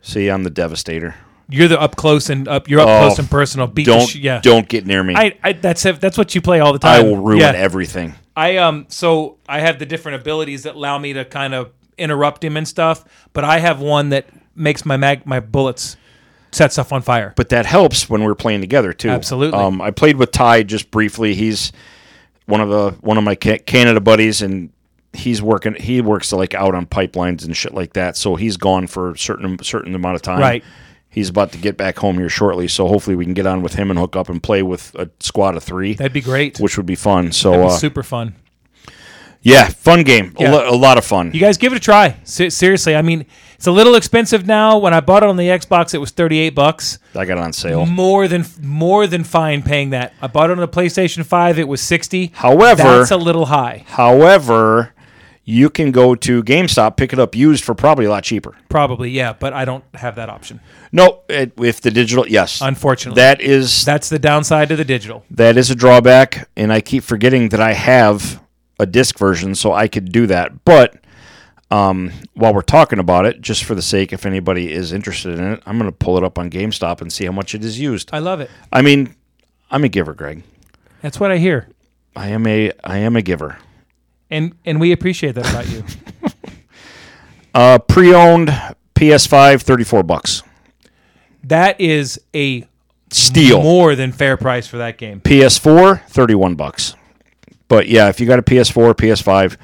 A: see I'm the devastator.
C: You're the up close and up. You're up
A: Oh,
C: close and personal. Beat the
A: Don't
C: sh- yeah.
A: don't get near me. I,
C: I, I that's it. That's what you play all the time.
A: will ruin
C: Yeah.
A: everything.
C: I um so I have the different abilities that allow me to kind of interrupt him and stuff, but I have one that makes my mag my bullets set stuff on fire.
A: but that helps when we're playing together too.
C: Absolutely.
A: Um, I played with Ty just briefly. He's one of the one of my Ca- Canada buddies, and he's working. He works like out on pipelines and shit like that. So he's gone for a certain certain amount of time.
C: Right.
A: He's about to get back home here shortly, so hopefully we can get on with him and hook up and play with a squad of three,
C: That'd be great.
A: which would be fun. So
C: That'd be
A: uh,
C: super fun.
A: Yeah, fun game. A,
C: Yeah.
A: lo- a lot of fun.
C: You guys give it a try. Se- seriously, I mean, it's a little expensive now. When I bought it on the Xbox, it was 38 bucks.
A: I got it on sale.
C: More than more than fine paying that. I bought it on the PlayStation 5, it was 60.
A: However-
C: that's a little high.
A: However, you can go to GameStop, pick it up used for probably a lot cheaper.
C: Probably, yeah, but I don't have that option.
A: No, it, if the digital, yes.
C: Unfortunately.
A: That is
C: that's the downside to the digital.
A: that is a drawback, and I keep forgetting that I have a disc version, so I could do that. But um, while we're talking about it, just for the sake, if anybody is interested in it, I'm going to pull it up on GameStop and see how much it is used.
C: I love it.
A: I mean, I'm a giver, Greg.
C: That's what I hear.
A: I am a I am a giver.
C: And and we appreciate that about you.
A: Uh, pre-owned PS5, 34 bucks.
C: that is a
A: Steel.
C: more than fair price for that game.
A: PS4, 31 bucks. But yeah, if you got a PS4, PS5,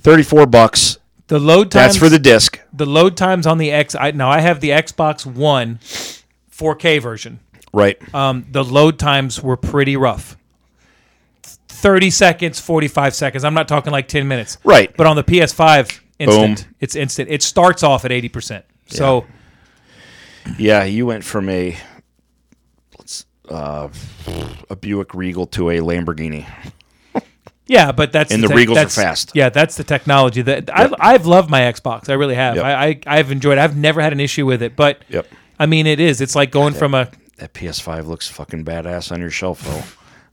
A: 34 bucks.
C: The load time
A: That's for the disc.
C: the load times on the X. I, now I have the Xbox One 4K version.
A: Right.
C: Um, the load times were pretty rough. 30 seconds, 45 seconds. I'm not talking like 10 minutes.
A: Right.
C: But on the PS5, instant. It's instant. It starts off at 80%. So
A: Yeah, you went from a let's uh, a Buick Regal to a Lamborghini.
C: yeah, but that's
A: And the
C: tech-
A: Regals are
C: that's-
A: fast.
C: Yeah, that's the technology that I, I've loved my Xbox. I really have.
A: Yep.
C: I, I I've enjoyed. it. I've never had an issue with it. But
A: Yep.
C: I mean, it is. It's like going from a.
A: That PS5 looks fucking badass on your shelf, though.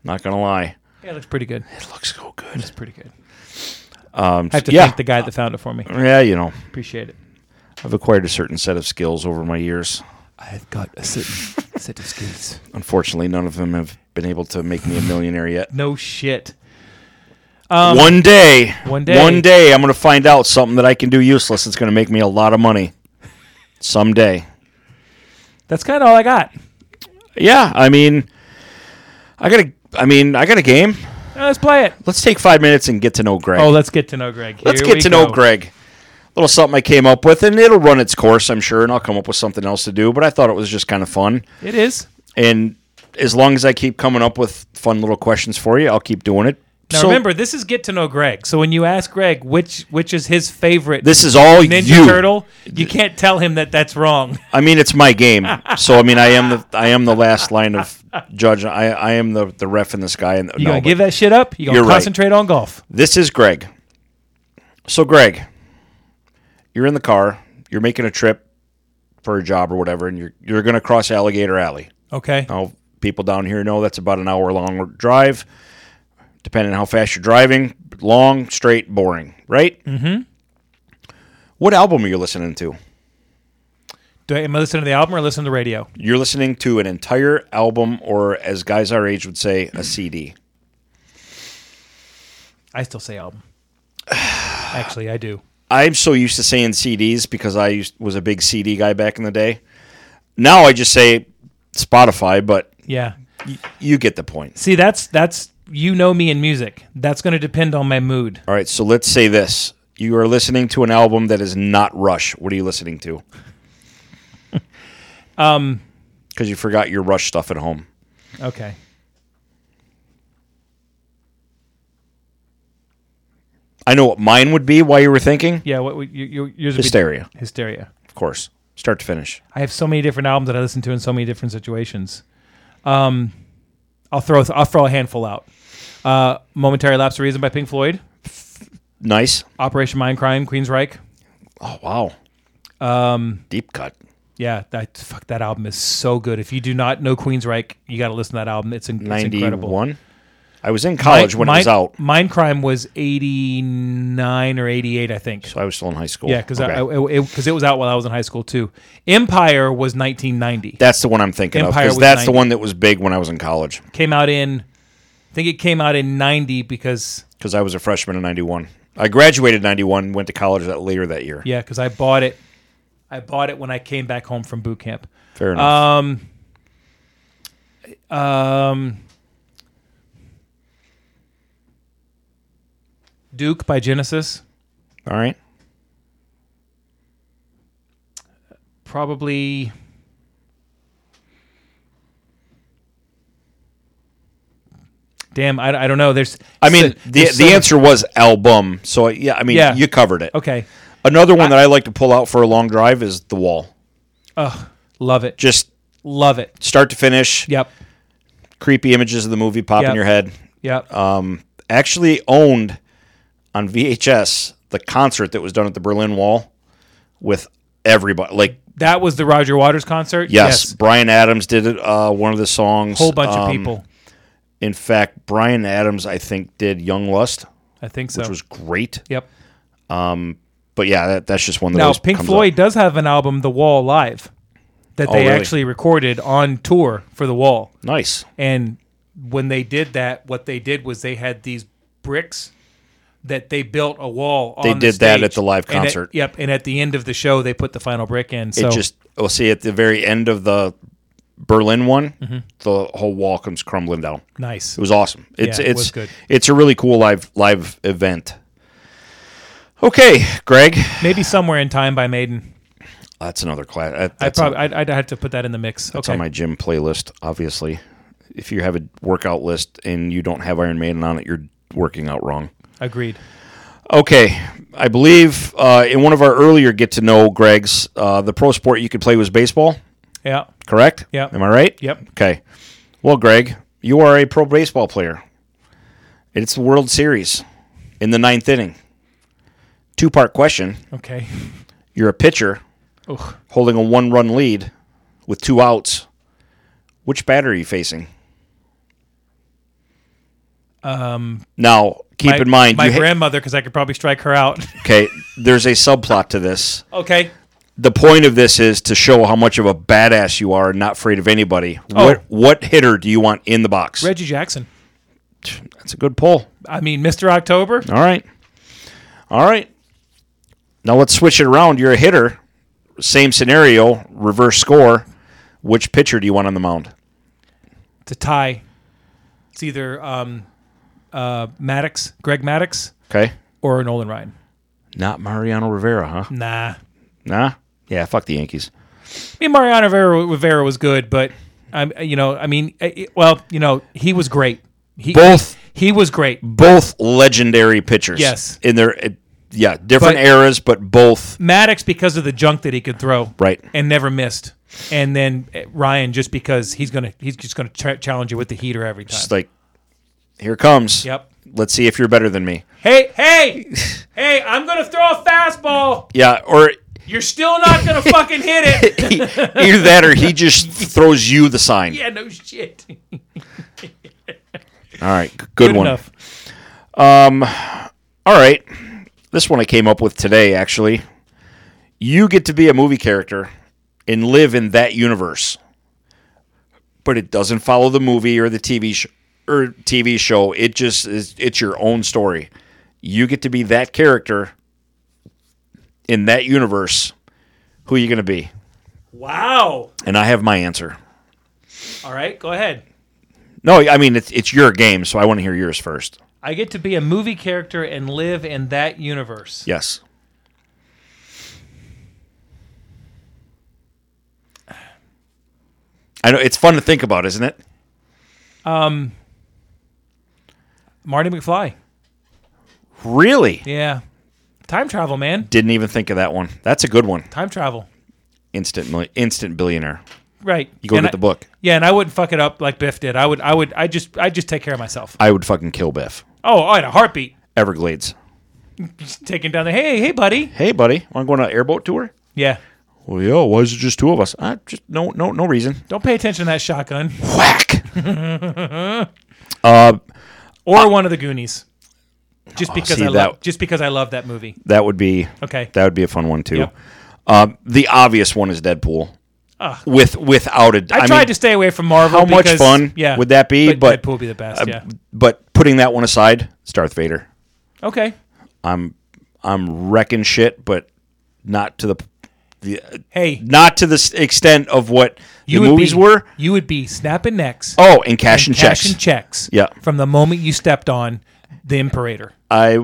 A: Not gonna lie,
C: Yeah, it looks pretty good.
A: it looks so good.
C: It's pretty good. Um, I have to
A: yeah.
C: thank the guy that found it for me.
A: Yeah, you know,
C: Appreciate it.
A: I've acquired a certain set of skills over my years.
B: I've got a certain set of skills.
A: Unfortunately, none of them have been able to make me a millionaire yet.
C: No shit.
A: one day,
C: One day.
A: Um, one day, I'm gonna find out something that I can do useless. It's gonna make me a lot of money someday.
C: That's kind of all I got.
A: Yeah, I mean, I got a, I mean, I got a game.
C: Now let's play it.
A: Let's take five minutes and get to know Greg.
C: Oh, let's get to know Greg.
A: Let's
C: Here we
A: get to know
C: go.
A: Greg. A little something I came up with, and it'll run its course, I'm sure, and I'll come up with something else to do. But I thought it was just kind of fun.
C: It is.
A: And as long as I keep coming up with fun little questions for you, I'll keep doing it.
C: Now
A: So,
C: remember, this is get to know Greg. So when you ask Greg which which is his favorite
A: this is all
C: Ninja
A: you.
C: Turtle, you can't tell him that that's wrong.
A: I mean, it's my game. So I mean, I am the I am the last line of judge. I, I am the the ref in the sky. And
C: You
A: no,
C: gonna
A: but
C: give that shit up? You gonna
A: You're right.
C: concentrate on golf?
A: this is Greg. So Greg, you're in the car. You're making a trip for a job or whatever, and you're you're going to cross Alligator Alley.
C: Okay.
A: Now, people down here know that's about an hour long drive, depending on how fast you're driving. Long, straight, boring, right? Mm-hmm. What album are you listening to?
C: Do I, am I listening to the album or listen to the radio?
A: You're listening to an entire album, or as guys our age would say, a CD.
C: I still say album. Actually, I do.
A: I'm so used to saying CDs because I used, was a big CD guy back in the day. Now I just say Spotify, but
C: Yeah.
A: you get the point.
C: See, that's that's you know me in music. That's gonna depend on my mood.
A: All right, so let's say this. You are listening to an album that is not Rush. What are you listening to? um,
C: Um,
A: because you forgot your Rush stuff at home.
C: Okay.
A: I know what mine would be. While you were thinking,
C: Yeah. What would- you, you, yours would be-
A: Hysteria,
C: Hysteria.
A: of course, start to finish.
C: I have so many different albums that I listen to in so many different situations. Um, I'll throw I'll throw a handful out. Uh, Momentary Lapse of Reason by Pink Floyd,
A: Nice.
C: Operation Mindcrime, Queensryche.
A: Oh wow. Um, deep cut.
C: Yeah, that fuck that album is so good. If you do not know Queensryche, you got to listen to that album. It's, in, it's incredible.
A: Ninety-one. I was in college when it was out,
C: Mindcrime was eighty nine or eighty eight, I think.
A: so I was still in high school.
C: yeah, because
A: Okay.
C: because it was out while I was in high school too. Empire was nineteen ninety.
A: That's the one I'm thinking
C: Empire
A: of because
C: was
A: that's the
C: 90.
A: one that was big when I was in college
C: came out in I think it came out in 90 because
A: because I was a freshman in 91. I graduated 91, went to college that later that year.
C: yeah, cuz I bought it I bought it when I came back home from boot camp.
A: Fair enough.
C: Um um Duke by Genesis, Uh,
A: All right.
C: probably Damn, I, I don't know. There's
A: I mean, the
C: there's so
A: the
C: much-
A: answer was album. So yeah, I mean,
C: Yeah.
A: you covered it.
C: Okay,
A: Another one that I like to pull out for a long drive is the wall.
C: love it,
A: Just
C: love it.
A: start to finish,
C: Yep,
A: creepy images of the movie pop
C: Yep.
A: in your head.
C: yep.
A: Um, actually owned on VHS the concert that was done at the Berlin Wall with everybody. Like
C: that was the Roger Waters concert.
A: yes, Brian Adams did it. Uh, one of the songs.
C: whole bunch of
A: Um,
C: people.
A: In fact, Brian Adams I think did Young Lust,
C: I think so.
A: which was great.
C: yep.
A: But yeah, that, that's just one that
C: Now
A: always
C: Pink
A: comes Oh,
C: Floyd does have an album, The Wall Live, that they
A: really?
C: actually recorded on tour for The Wall.
A: Up. Nice.
C: And when they did that, what they did was they had these bricks that they built a wall.
A: They
C: on the
A: did that at
C: stage.
A: the live
C: And at-
A: concert.
C: yep, and at the end of the show, they put the final brick in. So
A: It just we'll see at the very end of the Berlin one,
C: Mm-hmm.
A: the whole wall comes crumbling down.
C: nice.
A: It was awesome. It's
C: Yeah, it
A: it's
C: was good.
A: it's a really cool live live event. Okay, Greg,
C: Maybe somewhere in time by Maiden.
A: that's another class. that-
C: I
A: that's
C: probably I'd, I'd have to put that in the mix.
A: that's
C: okay.
A: on my gym playlist. Obviously, if you have a workout list and you don't have Iron Maiden on it, you're working out wrong.
C: Agreed.
A: Okay, I believe uh, in one of our earlier get to know Greg's, uh, the pro sport you could play was baseball.
C: Yeah.
A: Correct?
C: Yep.
A: Am I right?
C: Yep.
A: Okay. Well, Greg, you are a pro baseball player. It's the World Series in the ninth inning. Two part question.
C: Okay.
A: You're a pitcher
C: Ugh.
A: holding a one run lead with two outs. Which batter are you facing? Um, now, keep
C: My-
A: in mind,
C: my
A: you ha-
C: grandmother, because I could probably strike her out.
A: okay, there's a subplot to this.
C: okay.
A: the point of this is to show how much of a badass you are and not afraid of anybody.
C: Oh.
A: What what hitter do you want in the box?
C: Reggie Jackson.
A: That's a good pull.
C: I mean, Mr. October.
A: All right. All right. Now let's switch it around. You're a hitter. Same scenario, reverse score. Which pitcher do you want on the mound?
C: It's a tie. It's either um, uh, Maddox, Greg Maddox,
A: Okay.
C: or Nolan Ryan.
A: Not Mariano Rivera, huh?
C: Nah. I
A: Nah. Yeah, fuck the Yankees.
C: mean, Mariano Rivera, Rivera was good, but I'm, you know, I mean, eh, eh, well, you know, he was great. He,
A: Both
C: He was great.
A: both legendary pitchers.
C: Yes.
A: In their eh, yeah, different
C: But-
A: eras, but both
C: Maddox because of the junk that he could throw,
A: Right.
C: and never missed, and then eh, Ryan just because he's gonna he's just gonna tra- challenge you with the heater every time.
A: just like here comes.
C: Yep.
A: Let's see if you're better than me.
C: Hey, hey, hey! I'm gonna throw a fastball.
A: Yeah, or
C: You're still not gonna fucking hit it.
A: he, either that or he just throws you the sign.
C: Yeah, no shit.
A: All right, g- good,
C: Good
A: one.
C: enough.
A: All right, this one I came up with today actually. You get to be a movie character and live in that universe, but it doesn't follow the movie or the TV sh- or TV show. It just is. It's your own story. You get to be that character in that universe. Who are you going to be?
C: Wow.
A: And I have my answer.
C: All right, go ahead.
A: No, I mean it's it's your game, so I want to hear yours first.
C: I get to be a movie character and live in that universe.
A: Yes. I know it's fun to think about, isn't it?
C: Marty McFly.
A: Really?
C: Yeah. Time travel, man.
A: Didn't even think of that one. That's a good one.
C: Time travel.
A: Instant mil- instant billionaire.
C: Right.
A: You go
C: and
A: get
C: I-
A: the book.
C: Yeah, and I wouldn't fuck it up like Biff did. I would I would I just I just take care of myself.
A: I would fucking kill Biff.
C: Oh, all right, a heartbeat.
A: Everglades.
C: Just taking down the hey, hey buddy.
A: Hey, buddy, want to go on an airboat tour?
C: Yeah.
A: Well, yo, why is it just two of us? I just no, no, no reason.
C: Don't pay attention to that shotgun.
A: Whack.
C: Or one of the Goonies. Just because
A: Oh, see,
C: I love
A: that-
C: just because I love that movie.
A: That would be
C: Okay.
A: That would be a fun one too.
C: Yep.
A: Um, the obvious one is Deadpool. With without a,
C: I,
A: mean,
C: tried to stay away from Marvel.
A: How much
C: because-
A: fun
C: yeah,
A: would that be? But-
C: Deadpool would be the best.
A: uh,
C: yeah.
A: But putting that one aside, it's Darth Vader.
C: Okay.
A: I'm I'm wrecking shit, but not to the the
C: Hey,
A: not to the s- extent of what the
C: would
A: movies
C: be,
A: were.
C: You would be snapping necks.
A: Oh, and cash and,
C: cash
A: checks.
C: and checks.
A: Yeah.
C: From the moment you stepped on the Imperator.
A: I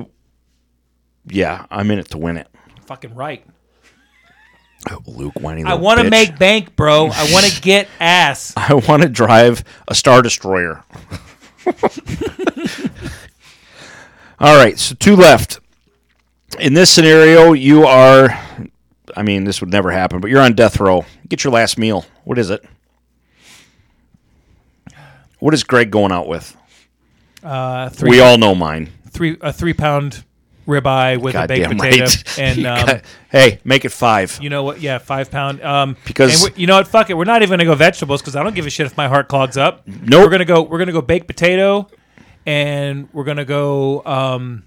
A: yeah, I'm in it to win it.
C: Fucking right.
A: Oh, Luke whining.
C: I want to make
A: Uh,
C: bank, bro. I want to get ass.
A: I want to drive a star destroyer. All right, so two left. In this scenario, you are. I mean, this would never happen, but you're on death row. Get your last meal. What is it? What is Greg going out with?
C: Uh, three,
A: We all know mine.
C: three, a three pound ribeye with a baked
A: Goddamn
C: potato,
A: right.
C: and
A: You
C: um,
A: got- hey, make it five.
C: you know what? Yeah, five pound. Um,
A: Because-
C: and we- you know what? Fuck it. We're not even gonna go vegetables because I don't give a shit if my heart clogs up.
A: Nope.
C: We're gonna go. We're gonna go baked potato, and we're gonna go um,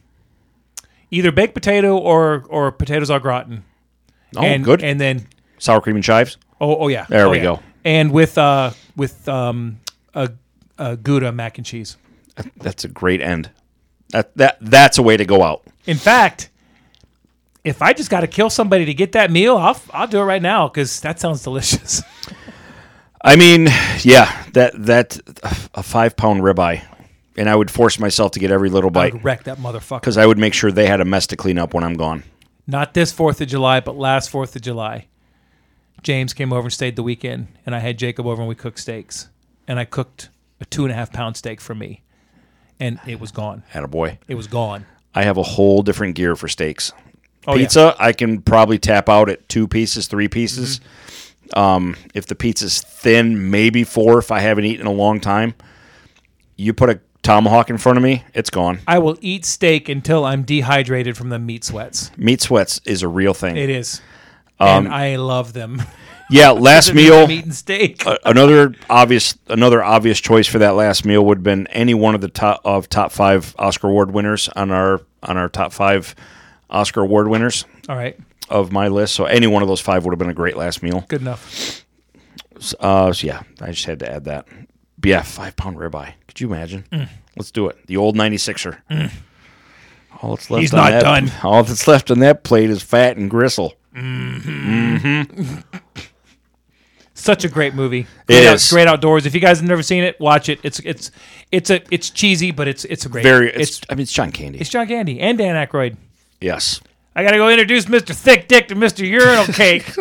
C: either baked potato or or potatoes au gratin.
A: oh,
C: and,
A: good.
C: And then
A: Sour cream and chives.
C: oh oh yeah.
A: There
C: Oh,
A: we
C: yeah.
A: go.
C: And with uh with um a, a gouda mac and cheese.
A: That's a great end. That that that's a way to go out.
C: In fact, if I just got to kill somebody to get that meal, I'll I'll do it right now because that sounds delicious.
A: I mean, yeah, that that a five pound ribeye, and I would force myself to get every little bite
C: I'd wreck that motherfucker.
A: because I would make sure they had a mess to clean up when I'm gone.
C: Not this Fourth of July, but last Fourth of July. James came over and stayed the weekend, and I had Jacob over and we cooked steaks, and I cooked a two and a half pound steak for me, and it was gone.
A: Attaboy.
C: It was gone.
A: I have a whole different gear for steaks.
C: Oh, yeah.
A: pizza, I can probably tap out at two pieces, three pieces.
C: Mm-hmm.
A: Um, if the pizza's thin, maybe four if I haven't eaten in a long time. You put a tomahawk in front of me, it's gone.
C: I will eat steak until I'm dehydrated from the meat sweats.
A: Meat sweats is a real thing.
C: It is.
A: Um,
C: and I love them.
A: yeah, last meal.
C: meat and steak.
A: a- another obvious another obvious choice for that last meal would have been any one of the top of top five Oscar Award winners on our on our top five Oscar Award winners
C: All right.
A: of my list. So any one of those five would have been a great last meal.
C: Good enough.
A: Uh, so yeah, I just had to add that. But yeah, five pound ribeye. Could you imagine?
C: Mm.
A: Let's do it. The old 96er. All that's left
C: He's
A: on
C: not
A: that-
C: done.
A: All that's left on that plate is fat and gristle.
C: Such a great movie.
A: It
C: great out-
A: is.
C: great outdoors. If you guys have never seen it, watch it. It's it's it's a it's cheesy, but it's it's a great.
A: Very.
C: It's
A: It's, I mean, it's John Candy.
C: it's John Candy and Dan Aykroyd.
A: yes.
C: I gotta go introduce Mr. Thick Dick to Mr. Urinal Cake.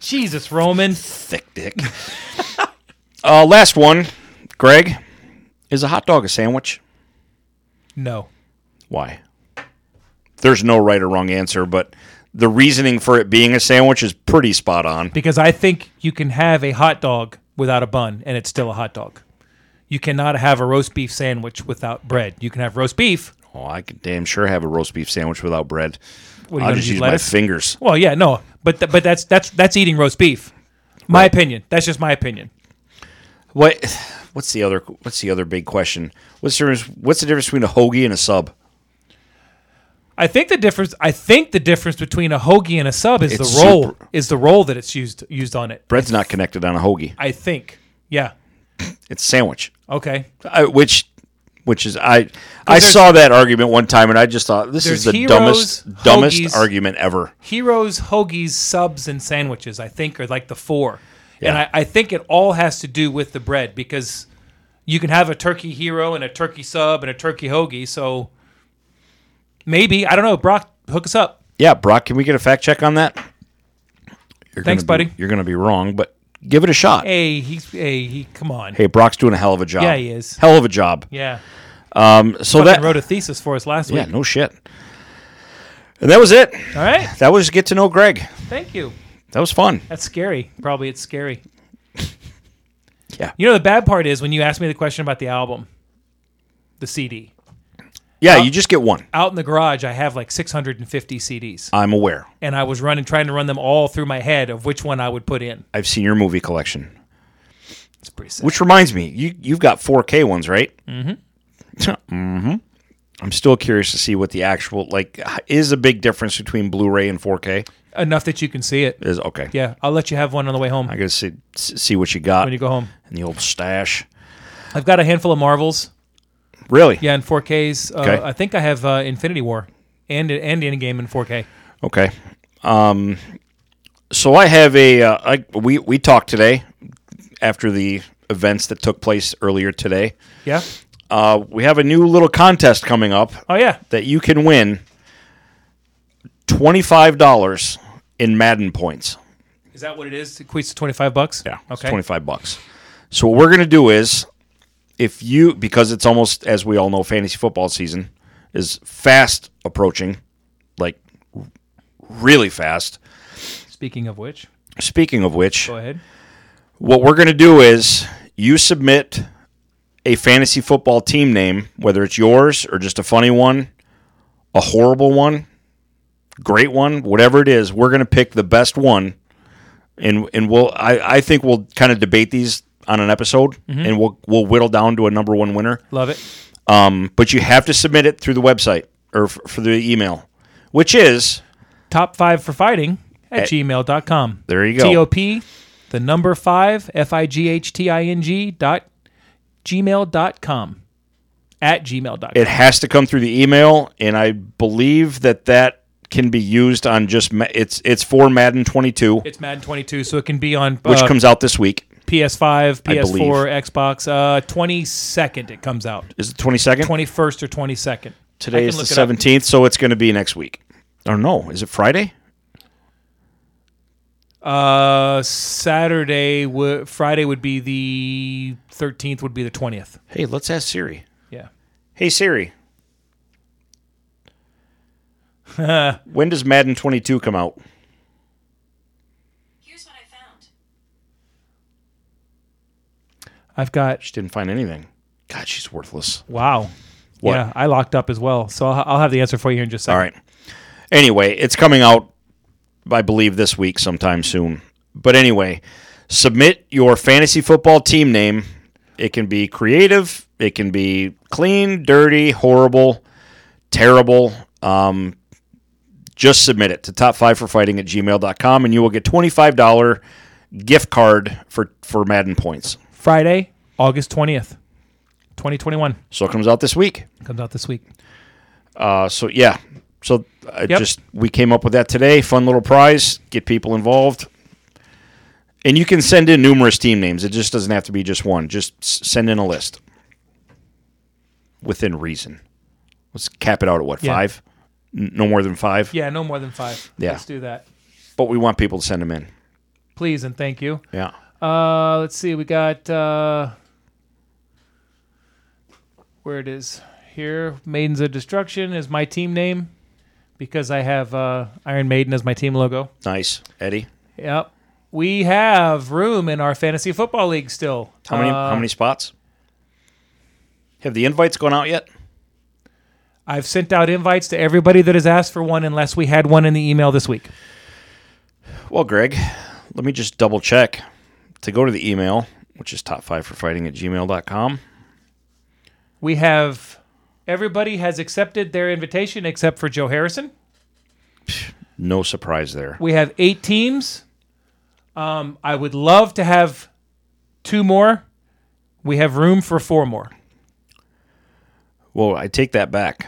C: Jesus, Roman.
A: thick dick. uh, last one, Greg, is a hot dog a sandwich?
C: No.
A: Why? There's no right or wrong answer, but the reasoning for it being a sandwich is pretty spot on.
C: Because I think you can have a hot dog without a bun, and it's still a hot dog. You cannot have a roast beef sandwich without bread. You can have roast beef.
A: Oh, I could damn sure have a roast beef sandwich without bread.
C: What are you
A: I'll
C: gonna
A: just
C: use,
A: use
C: lettuce?
A: my fingers.
C: Well, yeah, no, but th- but that's that's that's eating roast beef. My opinion. That's just my opinion.
A: What? What's the other? What's the other big question? What's the difference- what's the difference between a hoagie and a sub?
C: I think the difference. I think the difference between a hoagie and a sub is
A: It's
C: the roll.
A: super-
C: Is the roll that it's used used on it.
A: Bread's not connected on a hoagie.
C: I think. Yeah.
A: It's a sandwich.
C: Okay.
A: I, which which is I I
C: there's-
A: saw that argument one time and I just thought this
C: there's
A: is the
C: heroes,
A: dumbest dumbest
C: hoagies.
A: argument ever.
C: Heroes, hoagies, subs, and sandwiches. I think are like the four, and
A: Yeah.
C: I, I think it all has to do with the bread because you can have a turkey hero and a turkey sub and a turkey hoagie. So maybe I don't know. Brock, hook us up.
A: Yeah, Brock, can we get a fact check on that? You're
C: Thanks,
A: gonna be-
C: buddy.
A: You're going to be wrong, but give it a shot. Hey.
C: Hey, he's hey, he. Come on.
A: Brock's doing a hell of a job.
C: Yeah, he is.
A: Hell of a job. Mm,
C: Yeah.
A: So
C: Fucking
A: that
C: wrote a thesis for us last
A: Yeah,
C: week.
A: no shit. And that was it.
C: All right.
A: That was get to know Greg.
C: Thank you.
A: That was fun.
C: That's scary. Probably it's scary.
A: Yeah.
C: You know the bad part is when you asked me the question about the album, the CD.
A: Yeah,
C: Uh,
A: you just get one.
C: Out in the garage, I have like 650 CDs,
A: I'm aware.
C: and I was running, trying to run them all through my head of which one I would put in.
A: I've seen your movie collection.
C: It's pretty sad.
A: Which reminds me, you you've got 4K ones, right? Mm-hmm. mm-hmm. I'm still curious to see what the actual like is a big difference between Blu-ray and 4K.
C: Enough that you can see it.
A: Is okay.
C: Yeah, I'll let you have one on the way home
A: I gotta see s- see what you got
C: when you go home.
A: in the old stash.
C: I've got a handful of Marvels.
A: Really?
C: Yeah, in 4Ks. Uh,
A: Okay.
C: I think I have uh, Infinity War and and Endgame in 4K.
A: Okay. Um, so I have a uh, I, we we talked today after the events that took place earlier today.
C: Yeah.
A: Uh, we have a new little contest coming up
C: Oh yeah.
A: that you can win twenty five dollars in Madden points.
C: Is that what it is? It equates to 25 bucks.
A: Yeah. It's
C: Okay.
A: 25 bucks. So what we're going to do is if you because it's almost as we all know fantasy football season is fast approaching, like really fast.
C: Speaking of which,
A: Speaking of which,
C: go ahead.
A: what we're going to do is you submit a fantasy football team name, whether it's yours or just a funny one, a horrible one, great one, whatever it is. We're going to pick the best one, and and we'll I, I think we'll kind of debate these on an episode, and we'll we'll whittle down to a number one winner.
C: Love it.
A: Um, but you have to submit it through the website or f- for the email, which is
C: Top five for fighting at gmail.com.
A: Eh, there you go.
C: TOP, the number five, F I G H T I N G dot gmail.com. At gmail.com.
A: it has to come through the email, and I believe that that can be used on just Ma- it's it's for Madden 22,
C: it's Madden 22, so it can be on
A: which
C: uh,
A: comes out this week.
C: PS5,
A: I believe.
C: PS4, Xbox. Uh, 22nd it comes out.
A: Is it 22nd?
C: 21st or 22nd. I
A: Today
C: can
A: is the
C: look it up.
A: 17th, so it's going to be next week. Or no, is it Friday?
C: Uh, Saturday, w- Friday would be the 13th, would be the 20th.
A: Hey, let's ask Siri.
C: Yeah.
A: Hey Siri. when does Madden 22 come out?
D: Here's what I found.
C: I've got
A: She didn't find anything. God, she's worthless.
C: Wow.
A: What?
C: Yeah, I locked up as well. So I'll, I'll have the answer for you here in just a second.
A: All right. Anyway, it's coming out, I believe, this week sometime soon. But anyway, submit your fantasy football team name. It can be creative, it can be clean, dirty, horrible, terrible. Um, just submit it to top five for fighting at gmail.com and you will get $25 gift card for, for Madden points.
C: Friday, August 20th, 2021.
A: So it comes out this week.
C: Comes out this week.
A: Uh, so yeah, so I
C: Yep.
A: just we came up with that today. Fun little prize, get people involved, and you can send in numerous team names. It just doesn't have to be just one. Just s- send in a list within reason. Let's cap it out at what
C: Yeah.
A: five? N- no more than five.
C: Yeah, no more than five.
A: Yeah.
C: Let's do that.
A: But we want people to send them in.
C: Please and thank you.
A: Yeah.
C: Uh, let's see. We got uh, where it is here. Maidens of Destruction is my team name because I have uh, Iron Maiden as my team logo.
A: Nice, Eddie.
C: Yep. We have room in our fantasy football league still.
A: How many?
C: Uh,
A: how many spots? Have the invites gone out yet?
C: I've sent out invites to everybody that has asked for one, unless we had one in the email this week.
A: Well, Greg, let me just double check to go to the email, which is top five for fighting at gmail.com.
C: We have everybody has accepted their invitation except for Joe Harrison.
A: No surprise there.
C: We have eight teams. Um, I would love to have two more. We have room for four more.
A: Well, I take that back.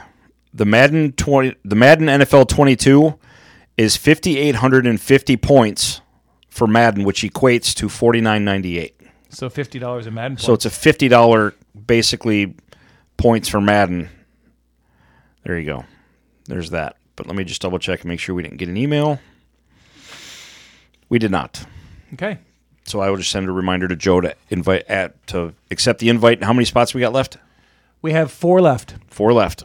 A: The Madden 20, the Madden NFL 22 is 5850 points for Madden, which equates to 49.98.
C: So fifty dollars a Madden.
A: So it's a $50 basically points for Madden. There you go. There's that. But let me just double check and make sure we didn't get an email. We did not.
C: okay.
A: So I will just send a reminder to Joe to invite at to accept the invite. How many spots we got left?
C: We have four left.
A: Four left.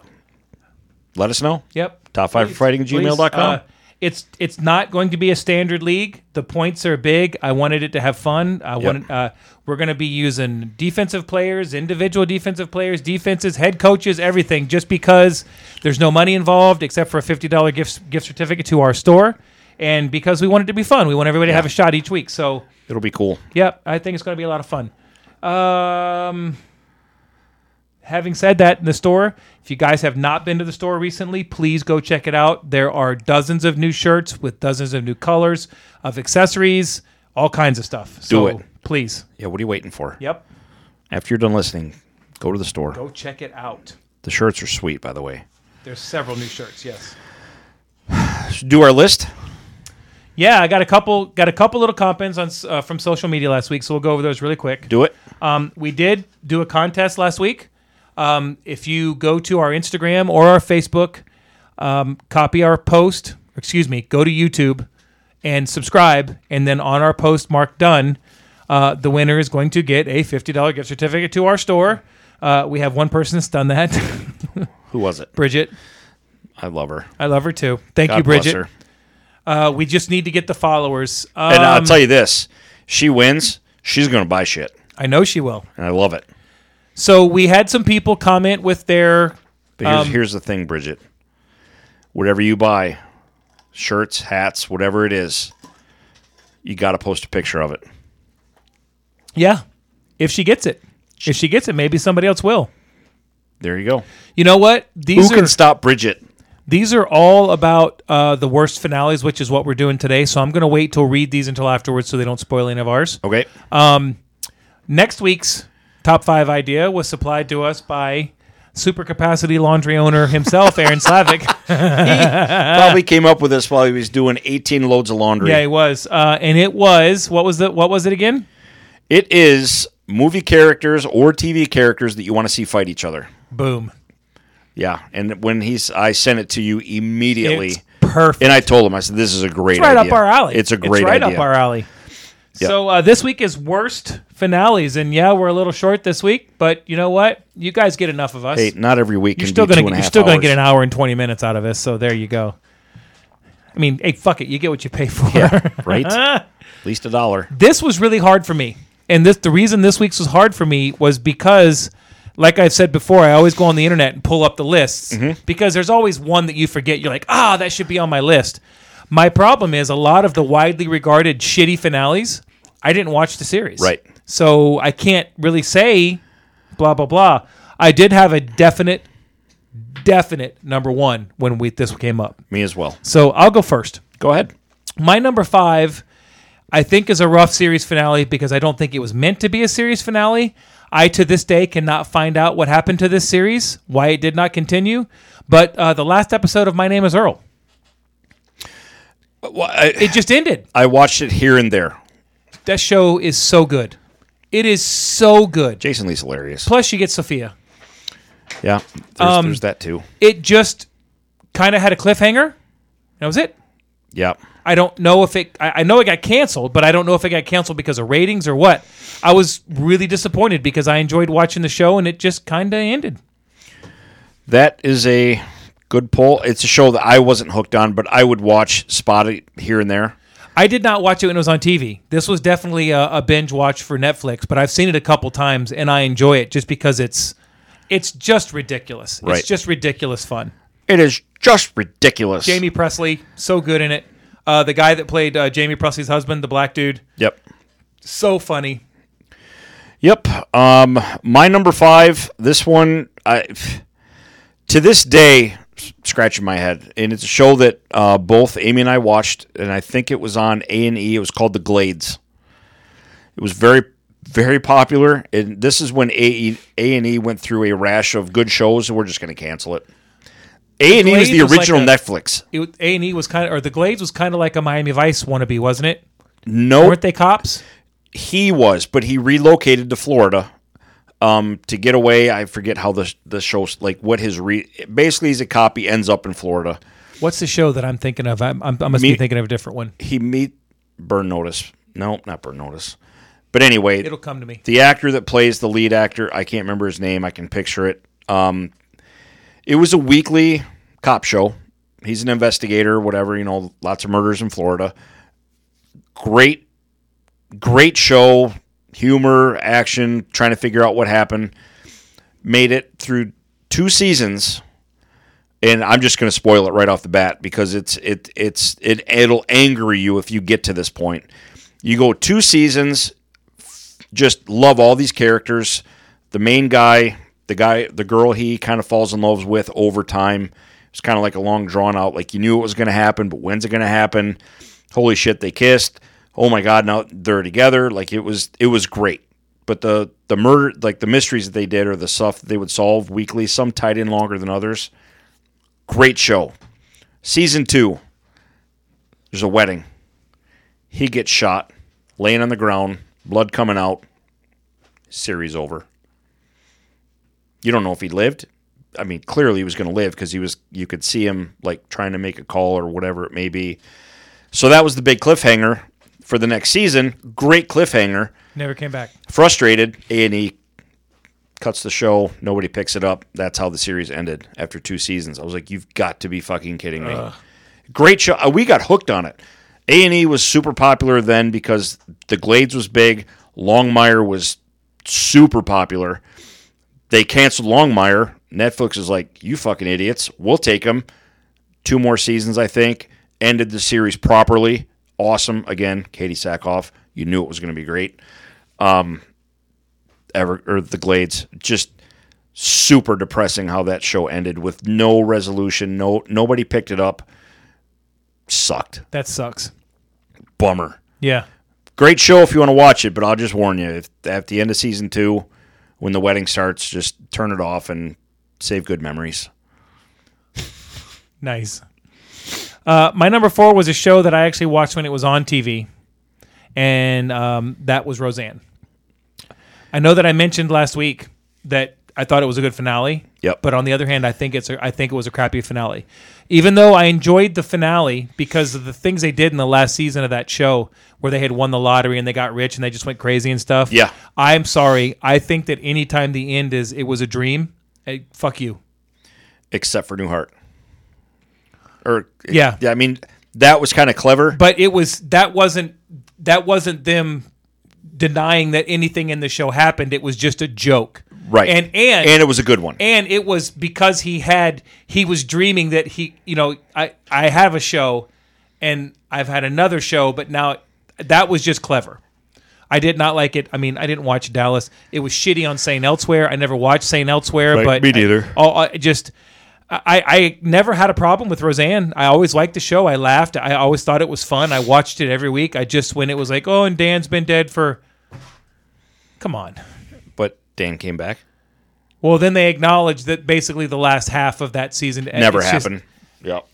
A: Let us know.
C: Yep.
A: Top five for fighting
C: Please,
A: gmail.com.
C: uh, it's it's not going to be a standard league. The points are big. I wanted it to have fun. I wanted uh, we're going to be using defensive players, individual defensive players, defenses, head coaches, everything. Just because there's no money involved, except for a fifty dollar gift gift certificate to our store, and because we want it to be fun, we want everybody to have a shot each week. So,
A: It'll be cool.
C: yep, I think it's going to be a lot of fun. Um, having said that, in the store, if you guys have not been to the store recently, please go check it out. There are dozens of new shirts with dozens of new colors, of accessories, all kinds of stuff. so
A: it.
C: Please.
A: Yeah, what are you waiting for?
C: Yep.
A: After you're done listening, go to the store.
C: Go check it out.
A: The shirts are sweet, by the way.
C: There's several new shirts. Yes.
A: Do our list.
C: Yeah, I got a couple got a couple little comments on s- uh, from social media last week, so we'll go over those really quick.
A: Do it.
C: Um, we did do a contest last week. Um, if you go to our Instagram or our Facebook, um, copy our post, or excuse me, go to YouTube and subscribe, and then on our post, mark done, uh, the winner is going to get a $50 gift certificate to our store. Uh, we have one person that's done that,
A: Who was it?
C: Bridget.
A: I love her.
C: I love her too. Thank
A: God
C: you,
A: bless
C: Bridget.
A: her.
C: Uh, we just need to get the followers. Um,
A: And uh, I'll tell you this: she wins, she's going to buy shit,
C: I know she will.
A: and I love it.
C: So we had some people comment with their
A: But here's,
C: Um,
A: here's the thing, Bridget. Whatever you buy, shirts, hats, whatever it is, you got to post a picture of it.
C: yeah. If she gets it, if she gets it, maybe somebody else will.
A: There you go.
C: You know what? These
A: Who
C: are
A: can stop Bridget?
C: these are all about uh, the worst finales, which is what we're doing today. So I'm going to wait till read these until afterwards, so they don't spoil any of ours.
A: Okay.
C: Next week's top five idea was supplied to us by super capacity laundry owner himself, Aaron Slavic.
A: Probably came up with this while he was doing 18 loads of laundry.
C: Uh, yeah, he was, uh, and it was what was the what was it again?
A: It is movie characters or TV characters that you want to see fight each other.
C: Boom!
A: Yeah, and when he's, I sent it to you immediately,
C: It's perfect.
A: and I told him, I said, "This is a great,
C: right
A: idea.
C: up our alley.
A: It's a great
C: right
A: idea.
C: up our alley. So uh, this week is worst finales, and yeah, we're a little short this week, but you know what? You guys get enough of us.
A: Hey, not every week.
C: you're
A: can
C: still
A: be
C: gonna
A: two and a
C: you're
A: half
C: still gonna
A: hours.
C: get an hour and twenty minutes out of this. So there you go. I mean, hey, fuck it. You get what you pay for.
A: right? At least a dollar.
C: this was really hard for me, and this the reason this week's was hard for me was because. Like I've said before, I always go on the internet and pull up the lists because there's always one that you forget. You're like, ah, that should be on my list. My problem is a lot of the widely regarded shitty finales, I didn't watch the series.
A: Right.
C: So I can't really say blah, blah, blah. I did have a definite, definite number one when we this came up.
A: Me as well.
C: So I'll go first.
A: Go ahead.
C: My number five, I think, is a rough series finale because I don't think it was meant to be a series finale. I, to this day, cannot find out what happened to this series, why it did not continue. But uh, the last episode of My Name is Earl,
A: Well, I,
C: it just ended.
A: I watched it here and there.
C: That show is so good. It is so good.
A: Jason Lee's hilarious.
C: Plus, you get Sophia.
A: Yeah, there's,
C: Um,
A: there's that too.
C: It just kind of had a cliffhanger. That was it.
A: Yeah,
C: I don't know if it. I, I know it got canceled, but I don't know if it got canceled because of ratings or what. I was really disappointed because I enjoyed watching the show and it just kind of ended.
A: that is a good poll. It's a show that I wasn't hooked on, but I would watch, spot it here and there.
C: I did not watch it when it was on TV. This was definitely a, a binge watch for Netflix, but I've seen it a couple times and I enjoy it just because it's it's just ridiculous.
A: Right.
C: It's just ridiculous fun.
A: It is just ridiculous.
C: Jamie Presley, so good in it. Uh, the guy that played uh, Jamie Presley's husband, the black dude,
A: Yep.
C: so funny.
A: Yep. Um, my number five. This one, I to this day s- scratching my head, and it's a show that uh, both Amy and I watched, and I think it was on A and E. It was called The Glades. It was very, very popular, and this is when A and E went through a rash of good shows, and we're just going to cancel it. A and E was
C: Glades
A: the
C: was like
A: original
C: a-
A: Netflix.
C: A and E was kind of, or the Glades was kind of like a Miami Vice wannabe, wasn't it?
A: No,
C: Weren't they cops?
A: he was, but he relocated to Florida um, to get away. I forget how the the show like what his re basically he's a cop. He ends up in Florida.
C: What's the show that I'm thinking of? I'm, I'm, I must
A: Me-
C: be thinking of a different one.
A: He meet Burn Notice. No, not Burn Notice. But anyway,
C: It'll come to me.
A: the actor that plays the lead actor, I can't remember his name. I can picture it. Um, it was a weekly cop show. He's an investigator, whatever. You know, lots of murders in Florida. Great, great show. Humor, action, trying to figure out what happened. Made it through two seasons, and I'm just going to spoil it right off the bat because it's it it's it it'll anger you if you get to this point. You go two seasons, just love all these characters. The main guy, the guy, the girl he kind of falls in love with over time. It's kind of like a long drawn out. Like you knew it was going to happen, but when's it going to happen? Holy shit, they kissed. Oh my god, now they're together. Like it was, it was great. But the the murder, like the mysteries that they did, or the stuff that they would solve weekly, some tied in longer than others. Great show. Season two. There's a wedding. He gets shot, laying on the ground, blood coming out. Series over. You don't know if he lived. I mean, clearly he was going to live because he was. You could see him like trying to make a call or whatever it may be. So that was the big cliffhanger for the next season. Great cliffhanger.
C: Never came back.
A: Frustrated, A and E cuts the show. Nobody picks it up. That's how the series ended after two seasons. I was like, you've got to be fucking kidding me. Great show. Uh, We got hooked on it. A and E was super popular then because the Glades was big. Longmire was super popular. They canceled Longmire. Netflix is like, you fucking idiots. We'll take them. Two more seasons, I think. Ended the series properly. Awesome. Again, Katie Sackhoff. You knew it was going to be great ever or the Glades. Just super depressing how that show ended with no resolution. No nobody picked it up. Sucked.
C: That sucks.
A: Bummer.
C: Yeah.
A: Great show if you want to watch it, but I'll just warn you: if at the end of season two, when the wedding starts, just turn it off and save good memories.
C: Nice. Uh, my number four was a show that I actually watched when it was on TV, and um, that was Roseanne. I know that I mentioned last week that I thought it was a good finale.
A: Yep.
C: But on the other hand, I think it's a, I think it was a crappy finale, even though I enjoyed the finale because of the things they did in the last season of that show where they had won the lottery and they got rich and they just went crazy and stuff.
A: Yeah.
C: I'm sorry. I think that anytime the end is it was a dream. Hey, fuck you.
A: Except for Newhart. Or
C: Yeah.
A: I mean that was kind of clever.
C: but it was that wasn't that wasn't them denying that anything in the show happened it was just a joke
A: right.
C: and and and,
A: and it was a good one.
C: it was because he had he was dreaming that he you know i i have a show and i've had another show but now that was just clever I did not like it. I mean, I didn't watch Dallas. It was shitty on St. Elsewhere. I never watched St. Elsewhere,
A: Right,
C: but
A: me
C: I-
A: neither.
C: oh, I just I, I never had a problem with Roseanne. I always liked the show. I laughed. I always thought it was fun. I watched it every week. I just when it was like, oh, and Dan's been dead for. Come on.
A: but Dan came back.
C: Well, then they acknowledged that basically the last half of that season and
A: Never
C: it's just-
A: happened. Yep.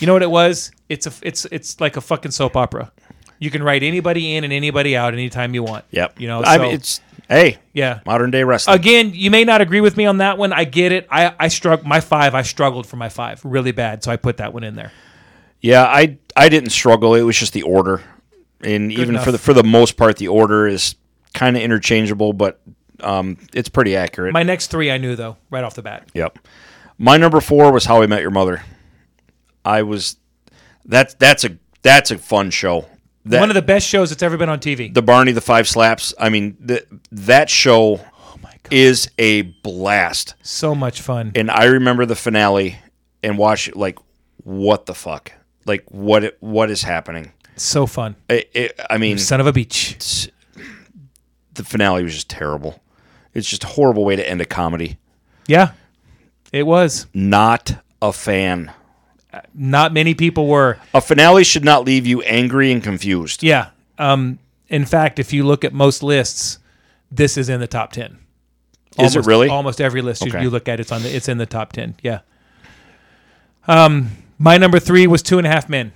C: you know what it was? It's a it's it's like a fucking soap opera. You can write anybody in and anybody out anytime you want.
A: Yep.
C: You know.
A: I
C: so-
A: mean, it's hey,
C: yeah.
A: modern day wrestling.
C: Again, you may not agree with me on that one. I get it. I I struggled my five. I struggled for my five really bad, so I put that one in there.
A: Yeah, I I didn't struggle. It was just the order, and even
C: enough.
A: for the for the most part, the order is kind of interchangeable, but um, it's pretty accurate.
C: My next three I knew though, right off the bat.
A: yep. My number four was How I Met Your Mother. I was that's that's a that's a fun show. That,
C: One of the best shows that's ever been on TV.
A: the Barney the Five Slaps. I mean, th- that show
C: Oh
A: is a blast.
C: so much fun.
A: and I remember the finale and watch like what the fuck, like what it, what is happening.
C: so fun.
A: I it, I mean,
C: Son of a beach.
A: the finale was just terrible. It's just a horrible way to end a comedy.
C: Yeah. It was.
A: Not a fan.
C: Not many people were.
A: A finale should not leave you angry and confused.
C: Yeah. Um in fact, if you look at most lists, this is in the top 10.
A: Is it
C: Almost-
A: really?
C: Almost every list you-
A: Okay.
C: you look at, it's on the, it's in the top ten. Yeah. Um, my number three was Two and a Half Men,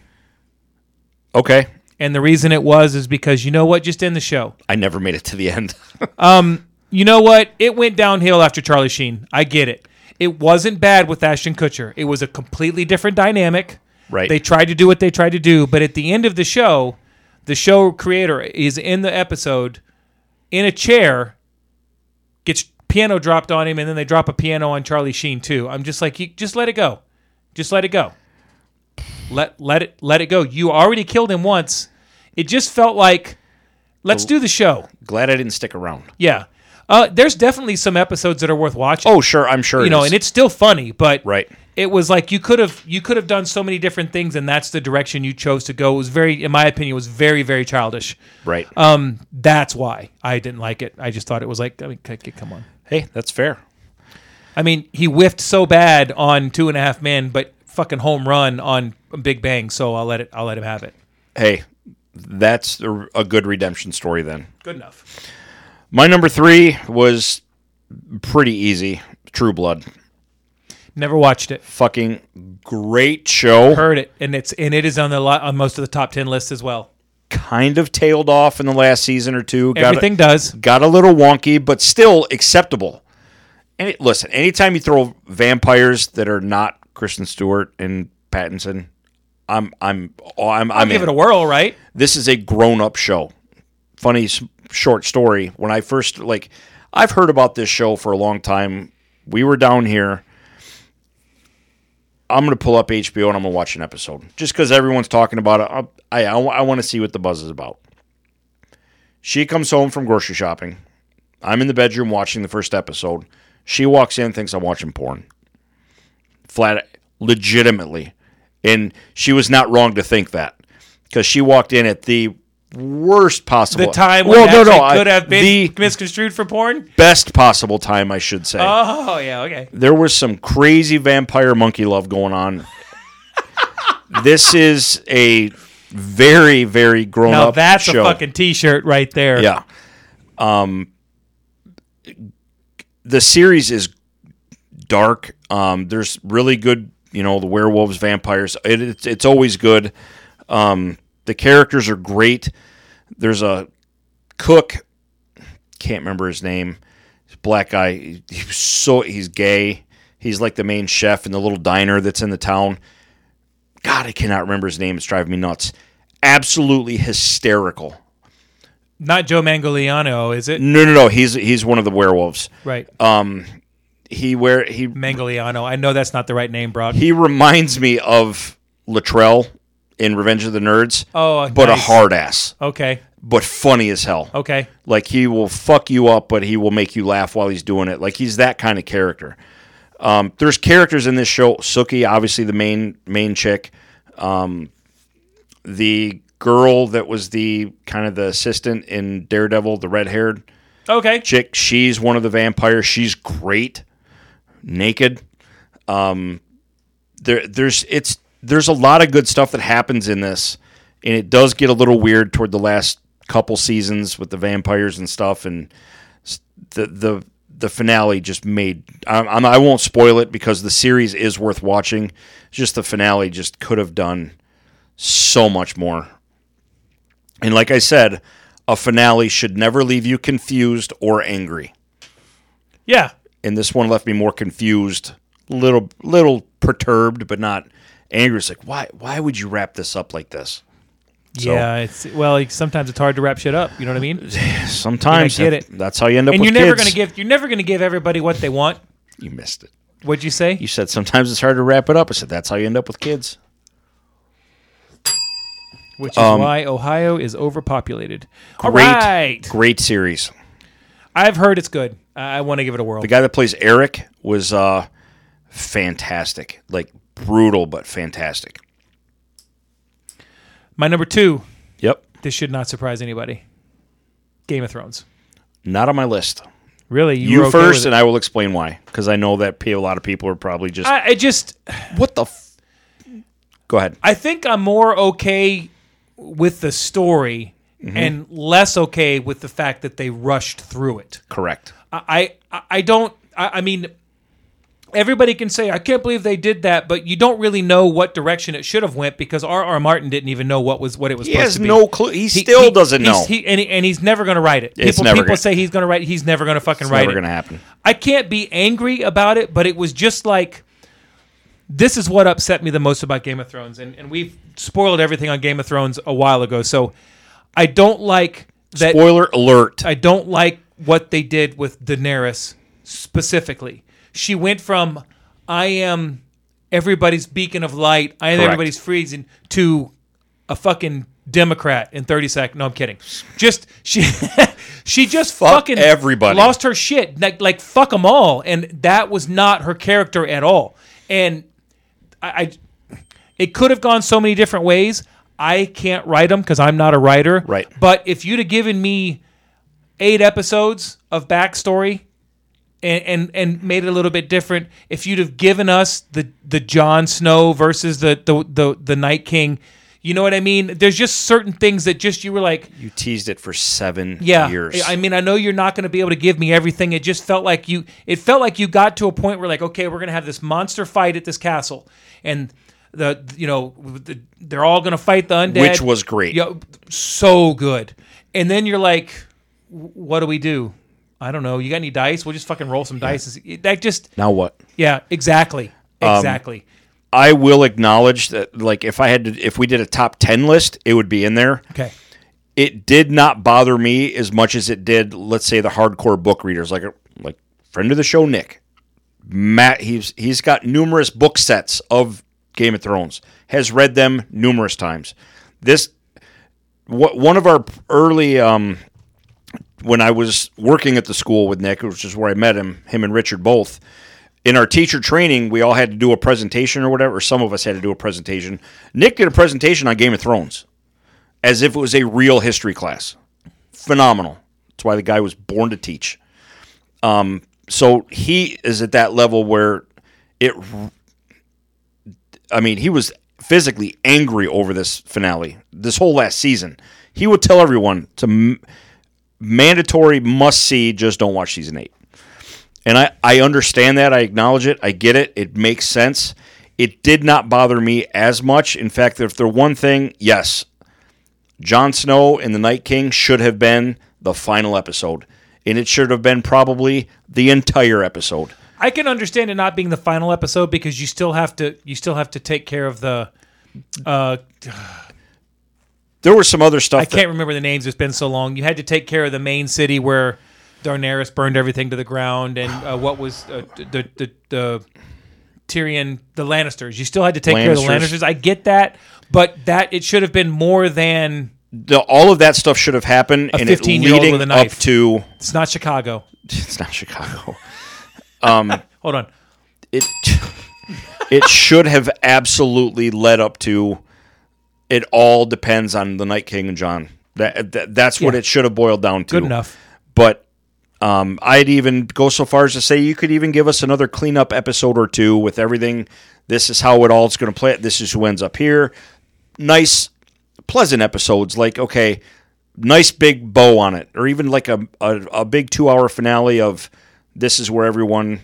A: Okay,
C: and the reason it was is because you know what? Just in the show,
A: I never made it to the end.
C: you know what? It went downhill after Charlie Sheen. I get it. It wasn't bad with Ashton Kutcher. It was a completely different dynamic.
A: Right.
C: They tried to do what they tried to do, but at the end of the show, the show creator is in the episode in a chair, gets piano dropped on him, and then they drop a piano on Charlie Sheen too. I'm just like, you, just let it go. Just let it go. Let let it let it go. You already killed him once. It just felt like let's do the show.
A: Glad I didn't stick around.
C: Yeah. Uh, there's definitely some episodes that are worth watching.
A: Oh, sure, I'm sure.
C: you
A: it
C: know,
A: is.
C: and it's still funny, but
A: Right.
C: it was like you could have you could have done so many different things, and that's the direction you chose to go. It was very, in my opinion, it was very very childish.
A: right.
C: Um, that's why I didn't like it. I just thought it was like, I mean, c- c- come on.
A: hey, that's fair.
C: I mean, he whiffed so bad on Two and a Half Men, but fucking home run on Big Bang. So I'll let it. I'll let him have it.
A: Hey, that's a, a good redemption story then.
C: Good enough.
A: My number three was pretty easy. True Blood.
C: Never watched it.
A: Fucking great show.
C: Heard it, and it's and it is on the lot on most of the top ten lists as well.
A: Kind of tailed off in the last season or two. Got
C: Everything does.
A: got a little wonky, but still acceptable. And it, listen, anytime you throw vampires that are not Kristen Stewart and Pattinson, I'm I'm oh, I'm I'm
C: Give
A: in.
C: it a whirl, right?
A: this is a grown up show. Funny s- short story. When I first like, I've heard about this show for a long time. We were down here. I'm going to pull up HBO and I'm going to watch an episode just because everyone's talking about it. I'll- I, I, I want to see what the buzz is about. She comes home from grocery shopping. I'm in the bedroom watching the first episode. She walks in, thinks I'm watching porn. Flat, legitimately. And she was not wrong to think that because she walked in at the worst possible
C: The time when that chick could
A: I-
C: have been
A: the
C: misconstrued for porn.
A: best possible time, I should say.
C: Oh yeah, okay.
A: there was some crazy vampire monkey love going on. this is a very, very grown
C: Now
A: up
C: that's
A: show.
C: a fucking t-shirt right there.
A: Yeah. Um, the series is dark. Um, there's really good, you know, the werewolves, vampires. It, it's it's always good. Um, the characters are great. There's a cook. Can't remember his name. He's a black guy. He- He's so he's gay. He's like the main chef in the little diner that's in the town. God, I cannot remember his name. It's driving me nuts. Absolutely hysterical.
C: Not Joe Manganiello, is it?
A: No, no, no. He's he's one of the werewolves.
C: Right.
A: uh, He where he
C: Manganiello. I know that's not the right name, Brock.
A: he reminds me of Latrell in Revenge of the Nerds.
C: Oh,
A: but
C: nice. Oh.
A: a hard ass,
C: okay.
A: but funny as hell.
C: Okay.
A: Like he will fuck you up, but he will make you laugh while he's doing it. Like he's that kind of character. Um, there's characters in this show. Suki, obviously the main main chick. Um, the girl that was the kind of the assistant in Daredevil, the red haired.
C: Okay.
A: chick. She's one of the vampires. She's great, naked. Um, there, there's it's there's a lot of good stuff that happens in this, and it does get a little weird toward the last couple seasons with the vampires and stuff, and s- the the the finale just made. I'm, I'm, I won't spoil it because the series is worth watching. Just the finale just could have done so much more. And like I said, a finale should never leave you confused or angry.
C: Yeah.
A: And this one left me more confused, little little perturbed, but not angry. It's like why why would you wrap this up like this? So-
C: Yeah. It's well. like, Sometimes it's hard to wrap shit up. You know what I mean?
A: Sometimes
C: And I get
A: that- that's how you end up
C: And
A: with
C: you're never
A: kids.
C: gonna give. You're never gonna give everybody what they want.
A: You missed it.
C: What'd you say?
A: You said sometimes it's hard to wrap it up. I said that's how you end up with kids.
C: Which is why Ohio is overpopulated. All
A: Um, Great,
C: right.
A: great series.
C: I've heard it's good. I, I want to give it a whirl.
A: The guy that plays Eric was uh, fantastic, like brutal but fantastic.
C: My number two.
A: Yep,
C: This should not surprise anybody. Game of Thrones.
A: not on my list.
C: Really?
A: You
C: were okay
A: first,
C: with
A: and I will explain why. Because I know that pe- a lot of people are probably just
C: it? I, I just.
A: what the. F-? Go ahead.
C: I think I'm more okay with the story
A: Mm-hmm.
C: and less okay with the fact that they rushed through it.
A: Correct.
C: I I, I don't. I, I mean, everybody can say I can't believe they did that, but you don't really know what direction it should have went because R. R. Martin didn't even know what was what it was.
A: He
C: supposed
A: has
C: to be.
A: no clue. He,
C: He-
A: still
C: he-
A: doesn't
C: he's-
A: know.
C: He, and, he- and he's never going to write it.
A: It's
C: people
A: never
C: people
A: gonna-
C: say he's going to write. it. He's never going to fucking write
A: never
C: it.
A: going to happen.
C: I can't be angry about it, but it was just like this is what upset me the most about Game of Thrones, and, and we've spoiled everything on Game of Thrones a while ago. So I don't like that.
A: Spoiler alert.
C: I don't like what they did with Daenerys specifically. She went from I am everybody's beacon of light, I am
A: Correct.
C: everybody's freezing to a fucking Democrat in 30 seconds. No, I'm kidding. Just she she just fucking
A: everybody.
C: lost her shit. Like like fuck them all and that was not her character at all. And I, I it could have gone so many different ways. I can't write them because I'm not a writer.
A: Right.
C: But if you'd have given me eight episodes of backstory and, and and made it a little bit different, if you'd have given us the the Jon Snow versus the the the, the Night King, you know what I mean? There's just certain things that just you were like,
A: you teased it for seven
C: yeah.
A: years.
C: I mean, I know you're not going to be able to give me everything. It just felt like you. It felt like you got to a point where, like, okay, we're going to have this monster fight at this castle, and the you know the, they're all going to fight the undead,
A: Which was great.
C: Yeah, so good. And then you're like, "W- what do we do? I don't know. You got any dice? We'll just fucking roll some dice. and see- That just
A: now what?
C: yeah, exactly,
A: Um,
C: exactly.
A: I will acknowledge that, like, if I had to, if we did a top ten list, it would be in there.
C: okay,
A: it did not bother me as much as it did, let's say, the hardcore book readers, like like friend of the show Nick, Matt. He's he's got numerous book sets of Game of Thrones, has read them numerous times. This what one of our early um, when I was working at the school with Nick, which is where I met him, him and Richard both. In our teacher training, we all had to do a presentation or whatever. Or some of us had to do a presentation. Nick did a presentation on Game of Thrones as if it was a real history class. Phenomenal. That's why the guy was born to teach. Um, so he is at that level where it. I mean, he was physically angry over this finale, this whole last season. He would tell everyone to m- mandatory must see, just don't watch season eight. And I, I understand that. I acknowledge it. I get it. It makes sense. It did not bother me as much. In fact, if there one thing, yes, Jon Snow and the Night King should have been the final episode. And it should have been probably the entire episode.
C: I can understand it not being the final episode because you still have to you still have to take care of the. Uh,
A: There was some other stuff.
C: I can't remember the names. It's been so long. You had to take care of the main city where Daenerys burned everything to the ground, and uh, what was uh, the, the the Tyrion, the Lannisters. You still had to take care of the
A: Lannisters.
C: Lannisters. I get that, but that it should have been more than.
A: that, the, all of that stuff should have happened. and it
C: 15-year-old
A: leading
C: with a
A: up
C: knife.
A: to
C: It's not Chicago.
A: it's not Chicago.
C: Hold on.
A: It it should have absolutely led up to. It all depends on the Night King and John. That, that that's what
C: Yeah.
A: it should have boiled down to.
C: Good enough.
A: but um, I'd even go so far as to say you could even give us another cleanup episode or two with everything. This is how it all's going to play. This is who ends up here. Nice, pleasant episodes like okay, nice big bow on it, or even like a a, a big two hour finale of this is where everyone.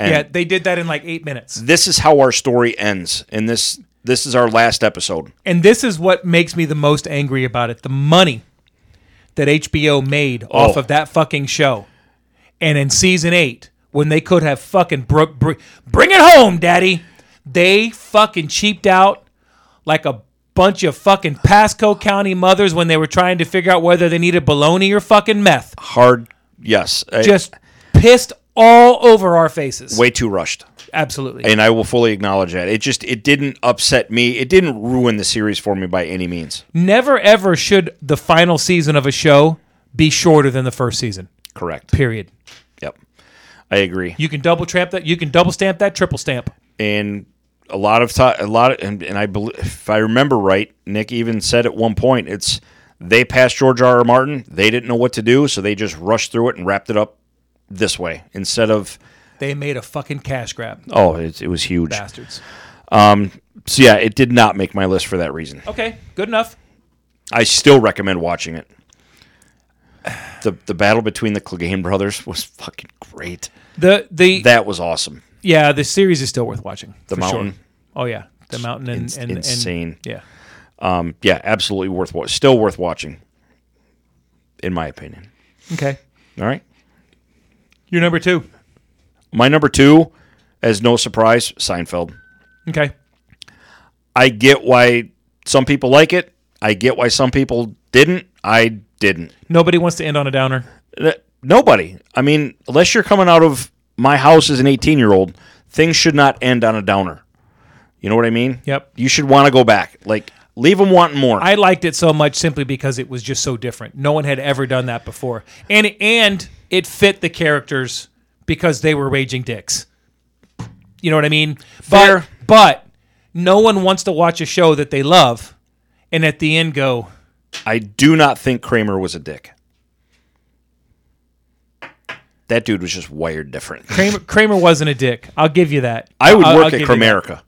A: And
C: Yeah, they did that in like eight minutes.
A: This is how our story ends, and this this is our last episode.
C: And this is what makes me the most angry about it the money that HBO made off
A: Oh.
C: of that fucking show. And in season eight, when they could have fucking bro- br- bring it home, daddy, they fucking cheaped out like a bunch of fucking Pasco County mothers when they were trying to figure out whether they needed bologna or fucking meth.
A: Hard, yes, I-
C: Just pissed all over our faces.
A: way too rushed.
C: Absolutely.
A: and I will fully acknowledge that. It just it didn't upset me. It didn't ruin the series for me by any means.
C: Never ever should the final season of a show be shorter than the first season.
A: Correct.
C: Period.
A: Yep. I agree.
C: You can double tramp that. You can double stamp that. Triple stamp.
A: And a lot of time, a lot, of, and, and I believe if I remember right, Nick even said at one point, it's they passed George R. R. Martin. They didn't know what to do, so they just rushed through it and wrapped it up this way instead of
C: They made a fucking cash grab,
A: oh, it, it was huge.
C: bastards.
A: So yeah, it did not make my list for that reason.
C: Okay, good enough.
A: I still recommend watching it. The, the battle between the Clegane brothers was fucking great.
C: The the
A: That was awesome.
C: yeah, the series is still worth watching.
A: The
C: for sure.
A: Mountain.
C: Oh yeah, the mountain and, and, and
A: insane.
C: yeah,
A: Um, yeah, absolutely worth wa- still worth watching, in my opinion.
C: okay.
A: All right,
C: You're number two.
A: my number two, as no surprise, Seinfeld.
C: Okay,
A: I get why some people like it. I get why some people didn't. I didn't.
C: nobody wants to end on a downer.
A: Uh, Nobody. I mean, unless you're coming out of my house as an 18 year old, things should not end on a downer. You know what I mean?
C: Yep.
A: You should want to go back. Like leave them wanting more.
C: I liked it so much simply because it was just so different. No one had ever done that before, and and it fit the characters because they were raging dicks. You know what I mean?
A: Fair.
C: But but no one wants to watch a show that they love, and at the end go,
A: I do not think Kramer was a dick. That dude was just wired different.
C: Kramer, Kramer wasn't a dick. I'll give you that.
A: I would
C: I'll-
A: work
C: I'll
A: at
C: give you that.
A: Kramerica,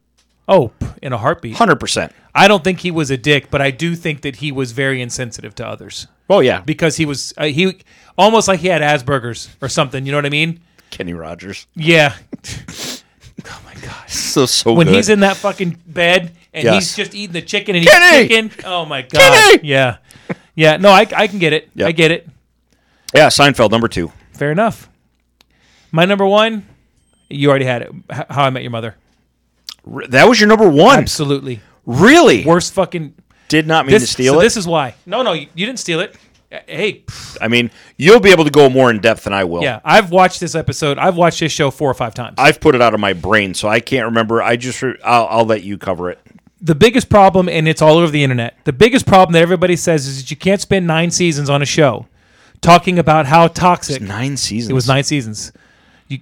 C: Oh, p- in a heartbeat.
A: hundred percent.
C: I don't think he was a dick, but I do think that he was very insensitive to others
A: Oh yeah,
C: because he was uh, he almost like he had Asperger's or something. You know what I mean?
A: Kenny Rogers.
C: Yeah.
A: So so
C: when
A: good.
C: he's in that fucking bed and
A: Yes.
C: he's just eating the chicken and he's
A: Kenny!
C: chicken. Oh my god.
A: Kenny!
C: Yeah. Yeah. No, I, I can get it.
A: Yep.
C: I get it.
A: yeah, Seinfeld number two.
C: Fair enough. My number one, you already had it. H- How I Met Your Mother.
A: R- that was your number one.
C: Absolutely.
A: Really?
C: Worst fucking
A: Did not mean
C: this,
A: to steal
C: so
A: it.
C: This is why. No, no, you, you didn't steal it. Uh, Hey, pff,
A: I mean, you'll be able to go more in depth than I will.
C: yeah, I've watched this episode. I've watched this show four or five times.
A: I've put it out of my brain, so I can't remember. I just re- I'll, I'll let you cover it.
C: the biggest problem, and it's all over the internet. The biggest problem that everybody says is that you can't spend nine seasons on a show talking about how toxic
A: Nine seasons.
C: it was. Nine seasons. You,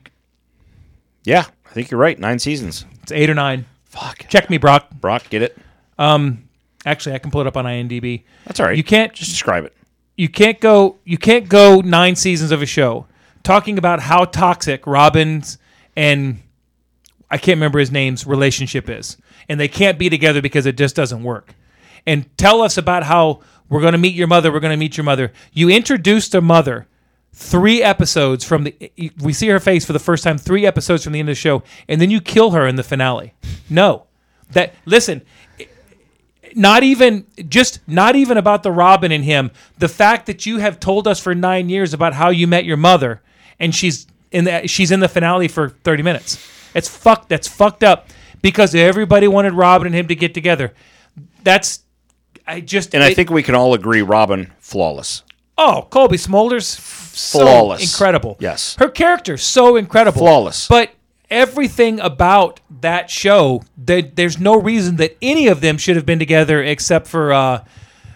A: Yeah, I think you're right. Nine seasons.
C: it's eight or nine.
A: Fuck.
C: Check me, Brock.
A: Brock, get it?
C: Actually, I can pull it up on IMDb.
A: That's all right.
C: You can't
A: just describe it.
C: you can't go you can't go nine seasons of a show talking about how toxic Robin's and I can't remember his name's relationship is, and they can't be together because it just doesn't work. And tell us about how we're going to meet your mother. We're going to meet your mother. You introduced a mother three episodes from the we see her face for the first time three episodes from the end of the show, and then you kill her in the finale. No, that listen not even just not even about the Robin and him. The fact that you have told us for nine years about how you met your mother, and she's in the she's in the finale for thirty minutes. It's fucked. That's fucked up because everybody wanted Robin and him to get together. That's I just
A: And I
C: it-
A: think we can all agree Robin flawless.
C: oh Colby Smulders so
A: Flawless.
C: incredible.
A: Yes.
C: her character so incredible,
A: Flawless.
C: But everything about that show, there, there's no reason that any of them should have been together except for uh,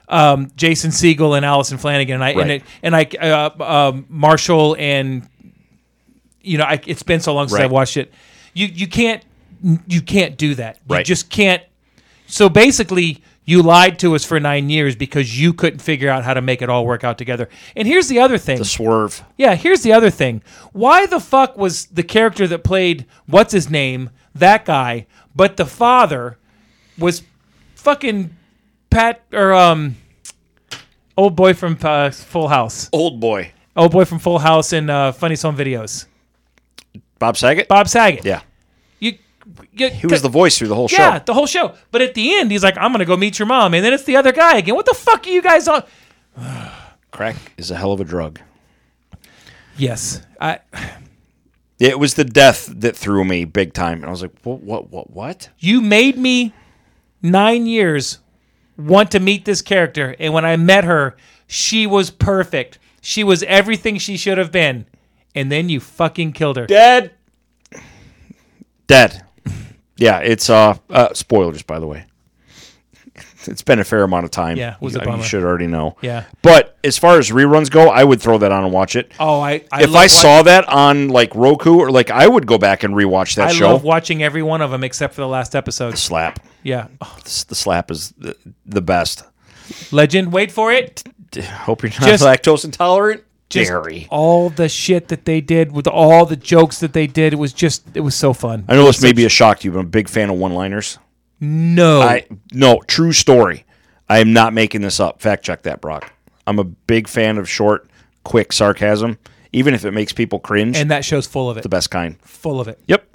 C: um, Jason Siegel and Allison Flanagan, and I
A: Right.
C: and, it, and I uh, um, Marshall and you know I, it's been so long since
A: Right.
C: I watched it. You you can't you can't do that. You
A: Right.
C: just can't. So basically, you lied to us for nine years because you couldn't figure out how to make it all work out together. And here's the other thing.
A: The swerve.
C: Yeah, here's the other thing. Why the fuck was the character that played what's his name, that guy, but the father was fucking Pat or um old boy from uh, Full House.
A: Old boy.
C: Old boy from Full House and uh, Funny Song Videos.
A: Bob Saget?
C: Bob Saget.
A: Yeah.
C: You, you
A: He was the voice through the whole
C: Yeah,
A: show.
C: the whole show. But at the end he's like, I'm gonna go meet your mom, and then it's the other guy again. What the fuck are you guys on?
A: Crack is a hell of a drug.
C: Yes. I
A: It was the death that threw me big time. And I was like, what, what, what, what?
C: You made me nine years want to meet this character. And when I met her, she was perfect. She was everything she should have been. And then you fucking killed her.
A: Dead. Dead. Yeah, it's uh, uh spoilers by the way. It's been a fair amount of time.
C: Yeah, was
A: you,
C: a
A: I mean,
C: bummer.
A: you should already know.
C: Yeah.
A: But as far as reruns go, I would throw that on and watch it.
C: Oh, I, I
A: if
C: love
A: I
C: wa-
A: saw that on like Roku or like I would go back and rewatch that
C: I
A: show.
C: love watching every one of them except for the last episode.
A: slap.
C: Yeah. Oh,
A: S- The slap is the, the best.
C: legend, wait for it.
A: Hope you're not
C: Just-
A: lactose intolerant.
C: Just
A: Dairy.
C: all the shit that they did with all the jokes that they did. It was just, it was so fun.
A: I know this may be a shock to you, but I'm a big fan of one-liners.
C: No.
A: I no true story. I am not making this up. Fact check that, Brock. I'm a big fan of short, quick sarcasm, even if it makes people cringe.
C: and that show's full of it.
A: the best kind.
C: Full of it.
A: Yep.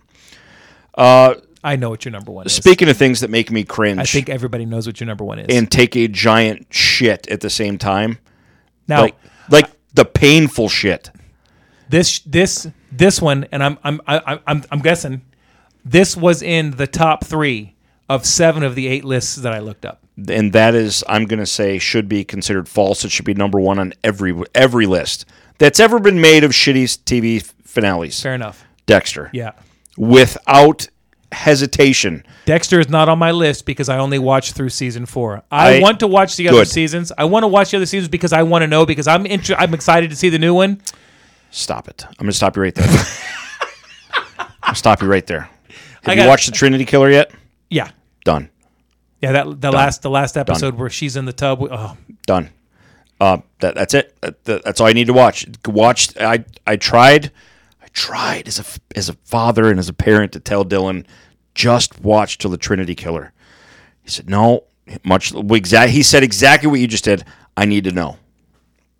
C: I know what your number one is.
A: Speaking of things that make me cringe
C: I think everybody knows what your number one is.
A: and take a giant shit at the same time,
C: now,
A: like like the painful shit.
C: this this this one and I'm I'm I- I'm I'm guessing this was in the top 3 of 7 of the 8 lists that I looked up.
A: and that is I'm going to say should be considered false. It should be number one on every every list that's ever been made of shitty TV finales.
C: Fair enough.
A: Dexter,
C: Yeah.
A: without hesitation.
C: Dexter is not on my list because I only watched through season 4. I,
A: I-
C: want to watch the other
A: Good.
C: seasons. I want to watch the other seasons because I want to know because I'm inter- I'm excited to see the new one.
A: Stop it. I'm going to stop you right there. I'll stop you right there. Have
C: got-
A: you watched the Trinity Killer yet?
C: Yeah.
A: Done.
C: Yeah, that the last the last episode where she's in the tub. with- Oh,
A: Done. Uh, that, that's it. That- that- that's all I need to watch. Watch. I I tried. I tried as a f- as a father and as a parent to tell Dylan, just watch till the Trinity Killer. He said no. Much exact. He said exactly what you just did. I need to know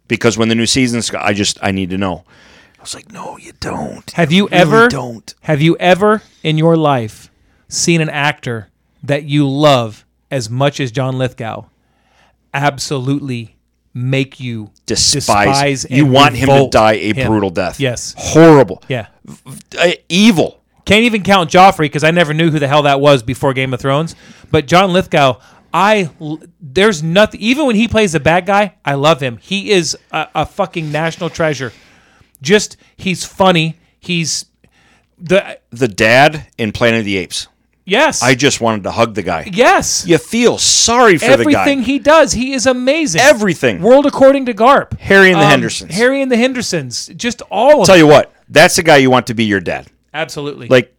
A: because when the new season's, I just I need to know. I was like, no, you don't.
C: Have you
A: really
C: ever
A: don't.
C: Have you ever in your life seen an actor that you love as much as John Lithgow absolutely make you
A: Despise.
C: despise
A: you
C: and
A: want him to
C: revolt
A: die a
C: him?
A: brutal death.
C: Yes.
A: Horrible.
C: Yeah.
A: Uh, evil.
C: Can't even count Joffrey because I never knew who the hell that was before Game of Thrones. But John Lithgow, I l- there's nothing. Even when he plays a bad guy, I love him. He is a, a fucking national treasure. Just he's funny. He's the
A: The dad in Planet of the Apes.
C: yes,
A: I just wanted to hug the guy.
C: yes.
A: You feel sorry for the guy.
C: Everything he does, he is amazing.
A: Everything.
C: World according to Garp. Um,
A: Harry and the Hendersons.
C: Harry and the Hendersons. Just all of
A: Tell
C: it.
A: you what, that's the guy you want to be your dad.
C: Absolutely.
A: Like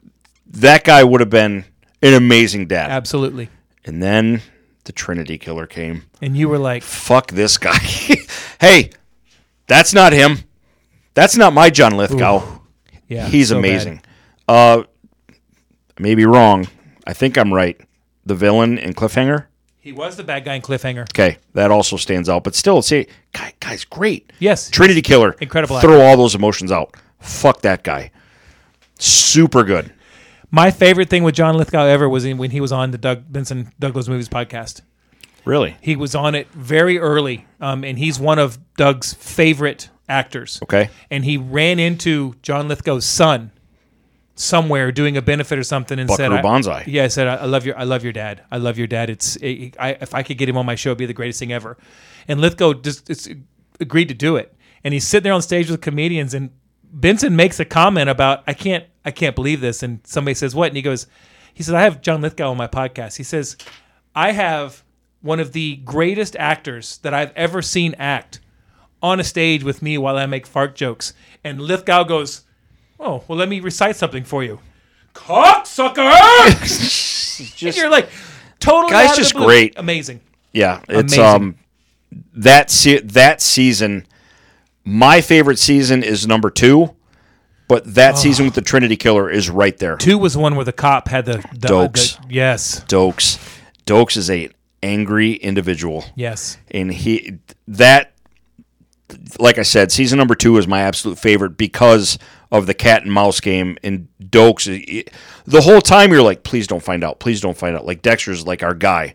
A: that guy would have been an amazing dad.
C: Absolutely.
A: And then the Trinity Killer came.
C: And you were like,
A: Fuck this guy. hey, that's not him. That's not my John Lithgow.
C: yeah,
A: He's
C: so bad.
A: amazing. Uh, I may be wrong. I think I'm right. The villain in Cliffhanger.
C: He was the bad guy in Cliffhanger.
A: Okay, that also stands out. But still, see, guy, guy's great.
C: Yes.
A: Trinity Killer.
C: Incredible actor.
A: Throw all those emotions out. Fuck that guy. Super good.
C: My favorite thing with John Lithgow ever was in, when he was on the Doug Benson Douglas Movies podcast.
A: Really?
C: He was on it very early, um, and he's one of Doug's favorite actors.
A: Okay.
C: And he ran into John Lithgow's son somewhere doing a benefit or something, and said,
A: Buckaroo
C: I-
A: Banzai.
C: Yeah, I said, "I I love your, I love your dad. I love your dad. It's, it, I, if I could get him on my show, it'd be the greatest thing ever." And Lithgow just it's, agreed to do it, and he's sitting there on stage with comedians, and Benson makes a comment about, "I can't, I can't believe this," and somebody says, "What?" And he goes, "He says I have John Lithgow on my podcast." He says, "I have one of the greatest actors that I've ever seen act." on a stage with me while I make fart jokes. And Lithgow goes, Oh, well, let me recite something for you. Cocksucker! and you're like, totally.
A: Guy's
C: out of the
A: just
C: blue.
A: great.
C: Amazing.
A: Yeah, it's
C: Amazing.
A: um that se- that season. My favorite season is number two, but that season with the Trinity Killer is right there.
C: Oh. Two was the one where the cop had the. the
A: Dokes.
C: the- yes.
A: Dokes, Dokes is a angry individual,
C: Yes.
A: and he that like I said, season number two is my absolute favorite because of the cat and mouse game and Dokes. it- The whole time you're like, please don't find out, please don't find out. Like Dexter's like our guy,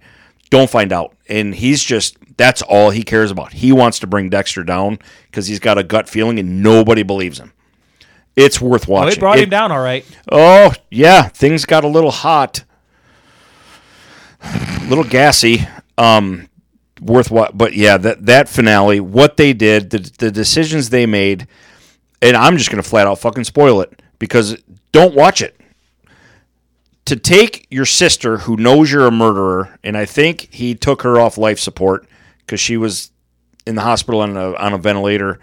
A: don't find out, and he's just that's all he cares about. He wants to bring Dexter down because he's got a gut feeling and nobody believes him. It's worth watching.
C: Well, they brought
A: It-
C: him down all right.
A: Oh yeah, things got a little hot, a little gassy. Um, worth what? But yeah, that that finale, what they did, the the decisions they made, and I'm just gonna flat out fucking spoil it because don't watch it. To take your sister who knows you're a murderer, and I think he took her off life support because she was in the hospital on a on a ventilator.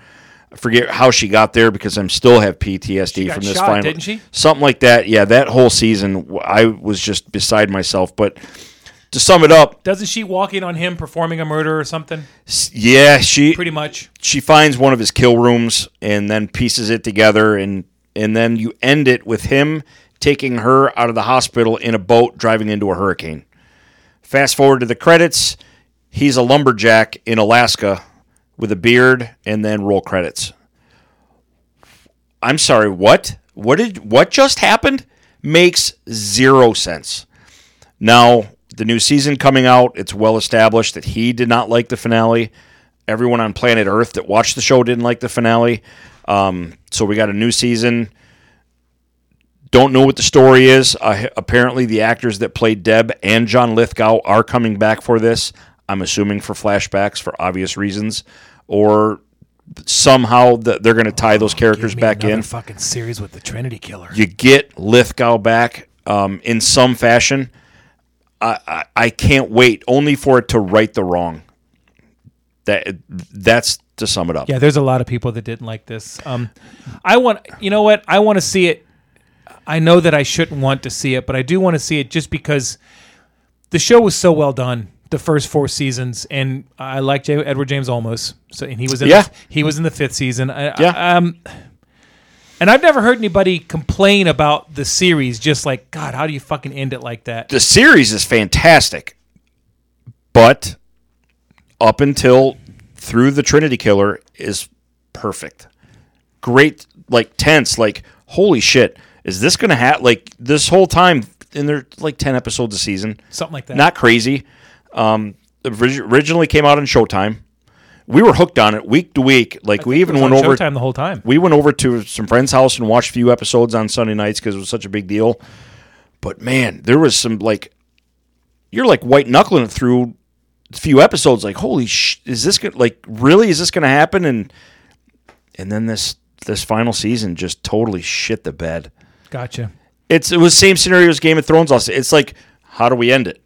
A: I forget how she got there because I'm still have PTSD
C: got
A: from this
C: shot,
A: final,
C: didn't she?
A: something like that. Yeah, that whole season, w- I was just beside myself. But to sum it up,
C: Doesn't she walk in on him performing a murder or something?
A: s- yeah, she
C: Pretty much.
A: she finds one of his kill rooms and then pieces it together, and and then you end it with him taking her out of the hospital in a boat driving into a hurricane. Fast forward to the credits. He's a lumberjack in Alaska with a beard, and then roll credits. I'm sorry, what? What did what just happened? Makes zero sense. Now, the new season coming out, it's well established that he did not like the finale. Everyone on planet Earth that watched the show didn't like the finale. Um, so we got a new season. Don't know what the story is. Uh, apparently, the actors that played Deb and John Lithgow are coming back for this. I'm assuming for flashbacks for obvious reasons, or somehow that they're going to tie those characters back in
C: fucking series with the Trinity Killer.
A: you get Lithgow back um, in some fashion. I, I I can't wait only for it to right the wrong. That that's to sum it up.
C: Yeah, there's a lot of people that didn't like this. Um, I want, you know what? I want to see it. I know that I shouldn't want to see it, but I do want to see it just because the show was so well done. The first four seasons, and I like J- Edward James Olmos. So, and he was in
A: Yeah.
C: the, he was in the fifth season. I,
A: Yeah.
C: I- um, and I've never heard anybody complain about the series. Just like God, how do you fucking end it like that?
A: The series is fantastic, but up until through the Trinity Killer is perfect. Great, like tense, like holy shit, is this gonna happen? Like this whole time, and there's like ten episodes a season.
C: Something like that.
A: Not crazy. Um, orig- originally came out on Showtime. We were hooked on it week to week. Like we even
C: It was
A: went
C: on
A: over.
C: Showtime the whole time.
A: We went over to some friend's house and watched a few episodes on Sunday nights because it was such a big deal. But man, there was some like you're like white knuckling it through a few episodes. Like, holy sh! Is this gonna like really? Is this gonna happen? And and then this this final season just totally shit the bed.
C: Gotcha.
A: It's it was same scenario as Game of Thrones. Last it's like, how do we end it?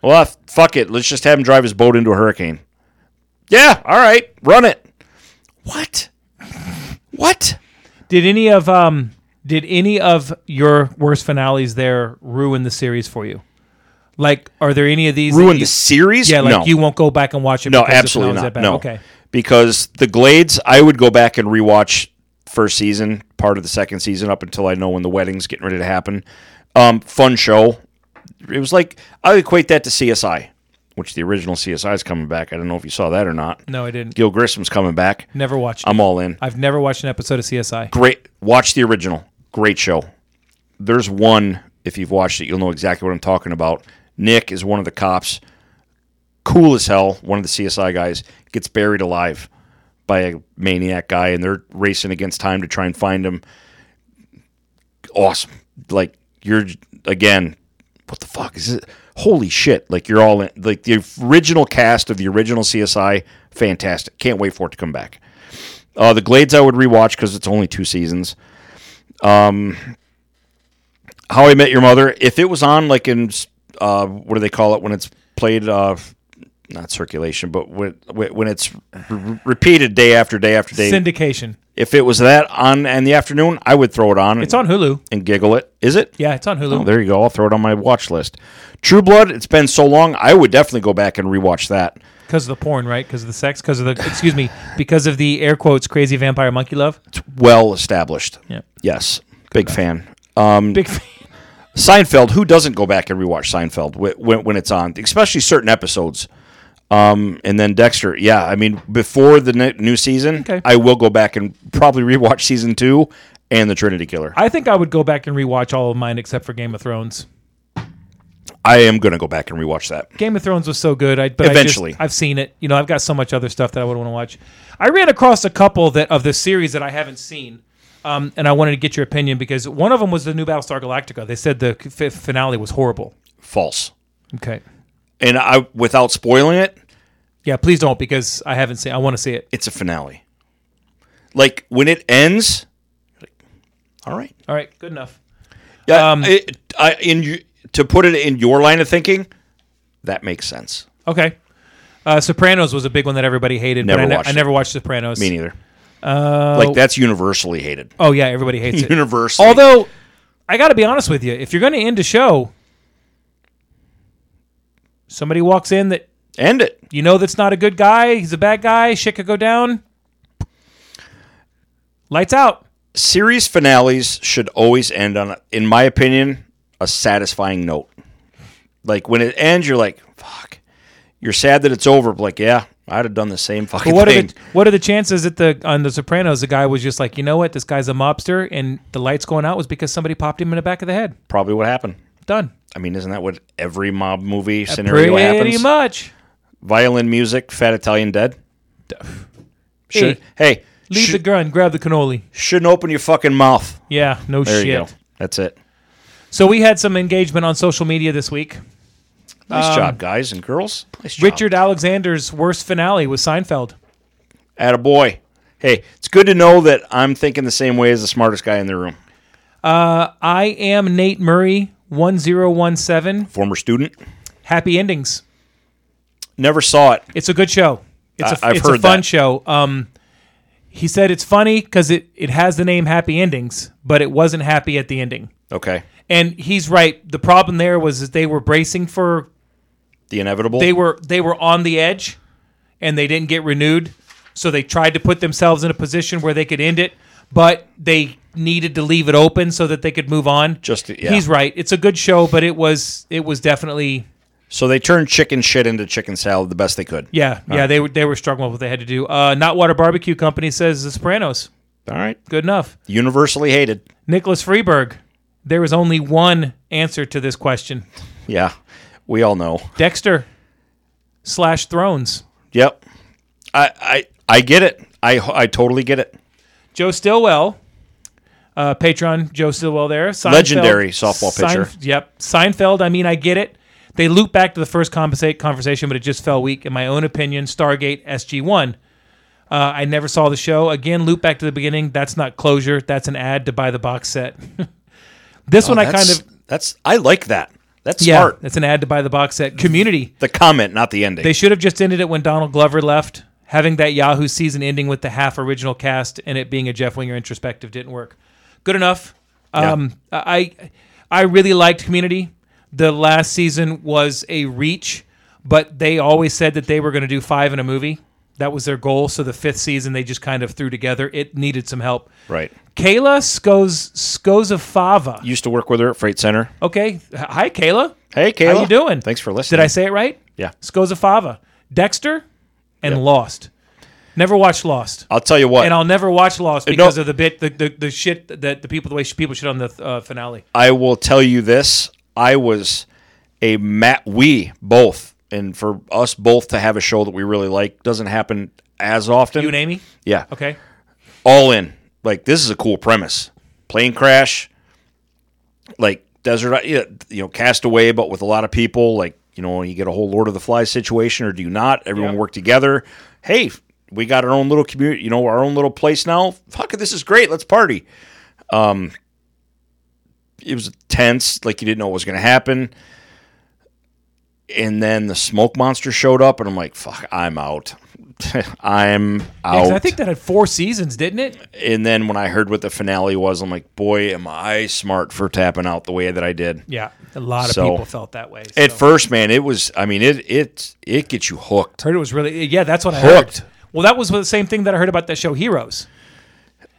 A: Well, f- fuck it. Let's just have him drive his boat into a hurricane. Yeah, all right, run it. What? What?
C: Did any of um did any of your worst finales there ruin the series for you? Like, are there any of these that
A: Ruin
C: you-
A: the series?
C: Yeah, like
A: no.
C: you won't go back and watch it.
A: No,
C: because the
A: absolutely
C: finale's
A: not.
C: that bad.
A: No.
C: Okay.
A: Because the Glades, I would go back and rewatch first season, part of the second season, up until I know when the wedding's getting ready to happen. Um, fun show. It was like I would equate that to CSI, which the original CSI is coming back. I don't know if you saw that or not.
C: No, I didn't.
A: Gil Grissom's coming back.
C: Never watched. it.
A: I'm all in.
C: I've never watched an episode of CSI.
A: Great. Watch the original. Great show. There's one. If you've watched it, you'll know exactly what I'm talking about. Nick is one of the cops. Cool as hell. One of the CSI guys gets buried alive by a maniac guy, and they're racing against time to try and find him. Awesome. Like you're again. What the fuck is it? Holy shit! Like you're all in. Like the original cast of the original CSI. Fantastic. Can't wait for it to come back. Uh, the Glades I would rewatch because it's only two seasons. Um, How I Met Your Mother. If it was on like in uh, what do they call it when it's played? Uh, not circulation, but when when it's re- repeated day after day after day.
C: Syndication.
A: if it was that on in the afternoon, I would throw it on.
C: It's on Hulu.
A: and giggle it. Is it?
C: Yeah, it's on Hulu.
A: Oh, there you go. I'll throw it on my watch list. True Blood. It's been so long. I would definitely go back and rewatch that.
C: Because of the porn, right? Because of the sex. Because of the excuse me. Because of the air quotes crazy vampire monkey love.
A: Well established.
C: Yeah.
A: Yes. Big fan. Um,
C: Big fan.
A: Seinfeld. Who doesn't go back and rewatch Seinfeld wh- when, when it's on, especially certain episodes. Um, and then Dexter. Yeah, I mean, before the ne- new season,
C: Okay.
A: I will go back and probably rewatch season two and the Trinity Killer.
C: I think I would go back and rewatch all of mine except for Game of Thrones.
A: I am going to go back and rewatch that.
C: Game of Thrones was so good. I but I
A: Eventually.
C: just, I've seen it. You know, I've got so much other stuff that I would want to watch. I ran across a couple that of the series that I haven't seen, um, and I wanted to get your opinion because one of them was the new Battlestar Galactica. They said the f- finale was horrible.
A: False.
C: Okay,
A: And I, without spoiling it,
C: yeah, please don't because I haven't seen. I want to see it.
A: it's a finale. Like when it ends, like, all right.
C: All right, good enough.
A: Yeah.
C: Um,
A: it, I, in you, to put it in your line of thinking, that makes sense.
C: Okay. Uh, Sopranos was a big one that everybody hated,
A: Never
C: but I, ne-
A: watched
C: I
A: it.
C: never watched Sopranos.
A: Me neither.
C: Uh,
A: like that's universally hated.
C: Oh yeah, everybody hates it.
A: Universally.
C: Although, I got to be honest with you, if you're going to end a show, somebody walks in that
A: End it.
C: you know that's not a good guy, he's a bad guy, shit could go down, lights out.
A: Series finales should always end on, in my opinion, a satisfying note. Like when it ends, you're like, fuck. You're sad that it's over, but like, yeah, I'd have done the same fucking
C: But what are
A: thing.
C: the what are the chances that the on the Sopranos the guy was just like you know what this guy's a mobster and the lights going out was because somebody popped him in the back of the head.
A: Probably what happened.
C: Done.
A: I mean, isn't that what every mob movie scenario
C: Pretty
A: happens?
C: much.
A: Violin music, fat Italian dead. Should, hey,
C: Leave
A: sh-
C: the gun, grab the cannoli.
A: shouldn't open your fucking mouth.
C: Yeah, no
A: There
C: shit.
A: you go. That's it.
C: So we had some engagement on social media this week.
A: Nice job, guys and girls. Nice job.
C: Um, Richard Alexander's worst finale was Seinfeld.
A: At a boy. Hey, it's good to know that I'm thinking the same way as the smartest guy in the room.
C: I am Nate Murray, 1017.
A: Former student.
C: Happy endings.
A: Never saw it.
C: It's a good show. It's a
A: I- I've
C: it's a
A: heard
C: fun
A: that.
C: show. Um, he said it's funny because it, it has the name Happy Endings, but it wasn't happy at the ending.
A: Okay.
C: And he's right. The problem there was that they were bracing for
A: The inevitable.
C: they were they were on the edge and they didn't get renewed so they tried to put themselves in a position where they could end it but they needed to leave it open so that they could move on
A: Just- yeah.
C: he's right it's a good show but it was it was definitely
A: so they turned chicken shit into chicken salad the best they could.
C: yeah yeah they were they were struggling with what they had to do uh not water barbecue company says the sopranos
A: All right.
C: good enough
A: Universally hated.
C: nicholas freeberg there is only one answer to this question
A: Yeah. We all know.
C: dexter slash thrones
A: Yep. I I, I get it. I I totally get it.
C: Joe Stillwell, uh, patron Joe Stillwell there. Seinfeld-
A: Legendary softball pitcher.
C: Yep. Seinfeld, I mean, I get it. They loop back to the first compensate conversation, but it just fell weak. In my own opinion, Stargate SG One. Uh, I never saw the show. Again, loop back to the beginning. That's not closure. That's an ad to buy the box set. this one I kind
A: Oh, That's-
C: of
A: That's I like that. That's
C: yeah.
A: smart.
C: That's an ad to buy the box set. Community.
A: The comment, not the ending.
C: They should have just ended it when Donald Glover left. Having that Yahoo season ending with the half original cast and it being a Jeff Winger introspective didn't work. Good enough.
A: Yeah.
C: Um, I I really liked Community. The last season was a reach, but they always said that they were going to do five in a movie. That was their goal. So the fifth season they just kind of threw together. It needed some help.
A: right.
C: Kayla Skoz Skozafava.
A: Used to work with her at Freight Center.
C: Okay, hi Kayla.
A: Hey, Kayla.
C: How you doing?
A: Thanks for listening.
C: Did I say it right?
A: Yeah.
C: Skozafava, Dexter, and Lost. Never watched Lost,
A: I'll tell you what.
C: and I'll never watch Lost
A: Uh, no.
C: because of the bit, the, the, the shit that the people the way sh- people shit on the uh, finale.
A: I will tell you this. I was a Matt. We both, and for us both to have a show that we really like doesn't happen as often.
C: You and Amy,
A: Yeah.
C: okay?
A: All in. Like this is a cool premise. Plane crash. Like desert. uh, yeah, You know, castaway, but with a lot of people. Like you know, you get a whole Lord of the Flies situation, or do you not? Everyone
C: Yeah.
A: work together. Hey, we got our own little community. You know, our own little place now. Fuck it, this is great. Let's party. Um, it was tense. Like you didn't know what was going to happen and then the smoke monster showed up, and I'm like, "Fuck, I'm out. I'm
C: Yeah, 'cause
A: out."
C: I think that had four seasons, didn't it?
A: and then when I heard what the finale was, I'm like, "Boy, am I smart for tapping out the way that I did."
C: Yeah, a lot of
A: So-
C: people felt that way.
A: At
C: so.
A: first, man, it was. I mean, it it it gets you hooked.
C: heard it was really yeah. That's what I
A: Hooked.
C: heard. Well, that was the same thing that I heard about the show Heroes.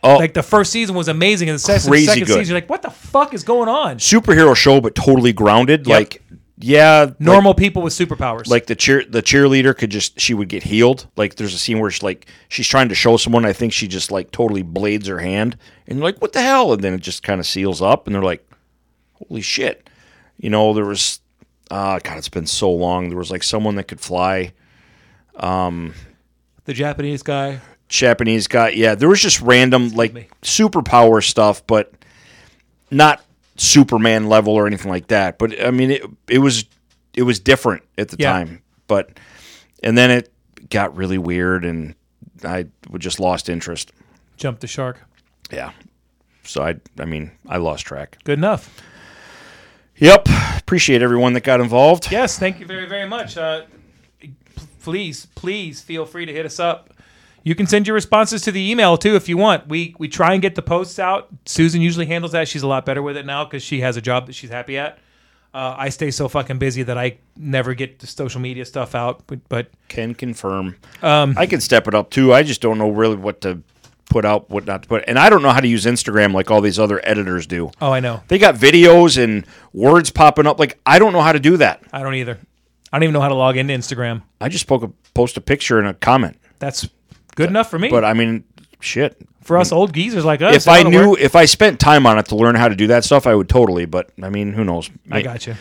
A: Oh.
C: like the first season was amazing, and the second,
A: Crazy good.
C: second season, you're like, what the fuck is going on?
A: Superhero show, but totally grounded.
C: Yep.
A: Like, yeah, like-
C: Normal people with superpowers.
A: like the cheer the cheerleader could just she would get healed like there's a scene where she's like she's trying to show someone i think she just like totally blades her hand and you're like what the hell and then it just kind of seals up and they're like holy shit you know there was uh god it's been so long there was like someone that could fly
C: the Japanese guy.
A: japanese guy yeah there was just random like superpower stuff but not superman level or anything like that but i mean it it was it was different at the
C: Yeah.
A: time but and then it got really weird and i would just lost interest
C: Jump the shark.
A: yeah so i i mean i lost track
C: Good enough.
A: yep appreciate everyone that got involved
C: Yes, thank you very, very much. Uh, p- please, please feel free to hit us up. You can send your responses to the email too if you want. We we try and get the posts out. Susan usually handles that. She's a lot better with it now because she has a job that she's happy at. Uh, I stay so fucking busy that I never get the social media stuff out. But, but
A: can confirm i can step it up too i just don't know really what to put out what not to put and i don't know how to use instagram like all these other editors do
C: oh, I know.
A: they got videos and words popping up like i don't know how to do that
C: I don't either. I don't even know how to log into Instagram.
A: I just poke a, post a picture and a comment.
C: That's good enough for me.
A: But I mean, shit.
C: for us old geezers like us,
A: If I knew, if I spent time on it to learn how to do that stuff, I would totally. But I mean, who knows?
C: I
A: Maybe,
C: got you.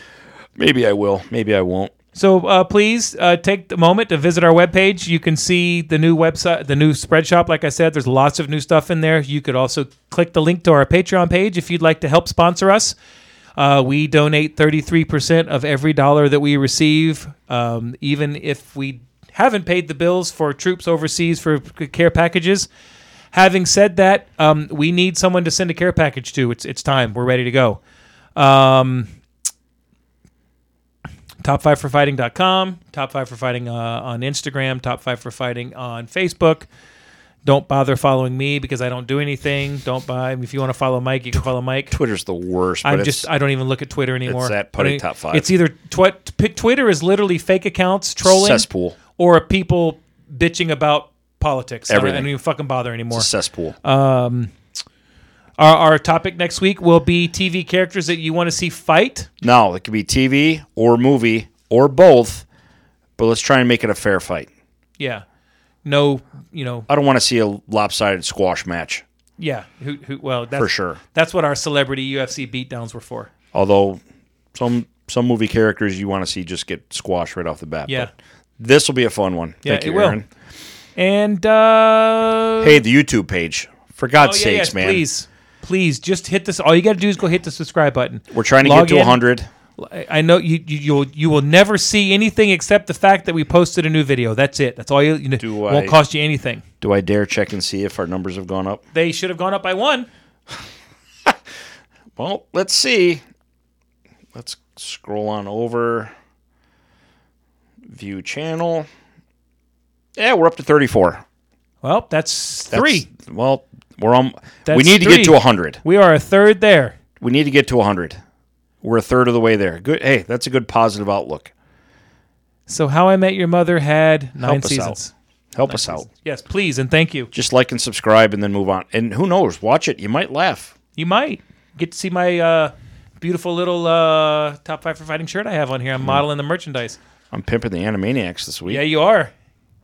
A: maybe I will. Maybe I won't.
C: So uh, please uh, take the moment to visit our webpage. You can see the new website, the new spread shop. Like I said, there's lots of new stuff in there. You could also click the link to our Patreon page if you'd like to help sponsor us. Uh, we donate 33% of every dollar that we receive, um, even if we haven't paid the bills for troops overseas for c- care packages. Having said that, um, we need someone to send a care package to. It's it's time. We're ready to go. Um, top five for fighting.com top five for fighting uh, on instagram top five for fighting on facebook don't bother following me because i don't do anything don't buy if you want to follow mike you can follow mike
A: Twitter's the worst. But
C: i'm
A: it's-
C: just i don't even look at twitter anymore
A: that
C: I don't
A: putty
C: e-
A: top five.
C: it's either twi- p- twitter is literally fake accounts trolling
A: Cesspool.
C: or people bitching about politics I don't- I
A: Everything.
C: don't even fucking bother anymore
A: cesspool.
C: uh, our, our topic next week will be tv characters that you want to see fight
A: no, it could be TV or movie or both. But let's try and make it a fair fight.
C: yeah no you know
A: I don't want to see a lopsided squash match.
C: Yeah, who, who, well, that's,
A: For sure.
C: That's what our celebrity UFC beatdowns were for.
A: Although some some movie characters you want to see just get squashed right off the bat.
C: Yeah.
A: But this will be a fun one.
C: Yeah,
A: Thank you,
C: it will.
A: Aaron.
C: And uh,
A: Hey, the YouTube page. For God's
C: oh, yeah,
A: sakes,
C: yes,
A: man.
C: please, please, just hit this. All you got to do is go hit the subscribe button.
A: We're trying to
C: Log
A: get to
C: in.
A: 100.
C: I I know you, you you'll you will never see anything except the fact that we posted a new video. That's it. That's all you. you know,
A: Do
C: won't
A: I-
C: cost you anything.
A: Do I dare check and see if our numbers have gone up?
C: They should have gone up by one.
A: Well, let's see. Let's scroll on over. View channel. Yeah, we're up to 34.
C: Well, that's
A: That's-
C: three.
A: Well, we're on.
C: That's
A: we need to
C: three.
A: get to 100.
C: we are a third there.
A: We need to get to 100. We're a third of the way there. Good. Hey, that's a good positive outlook.
C: So, How I Met Your Mother had nine
A: us
C: seasons.
A: Help us out.
C: Yes, please and thank you.
A: Just like and subscribe and then move on. And who knows? Watch it. You might laugh.
C: You might get to see my uh, beautiful little uh, top five for fighting shirt I have on here.
E: Hmm.
C: I'm modeling the merchandise.
A: I'm pimping the Animaniacs this week.
C: Yeah, you are.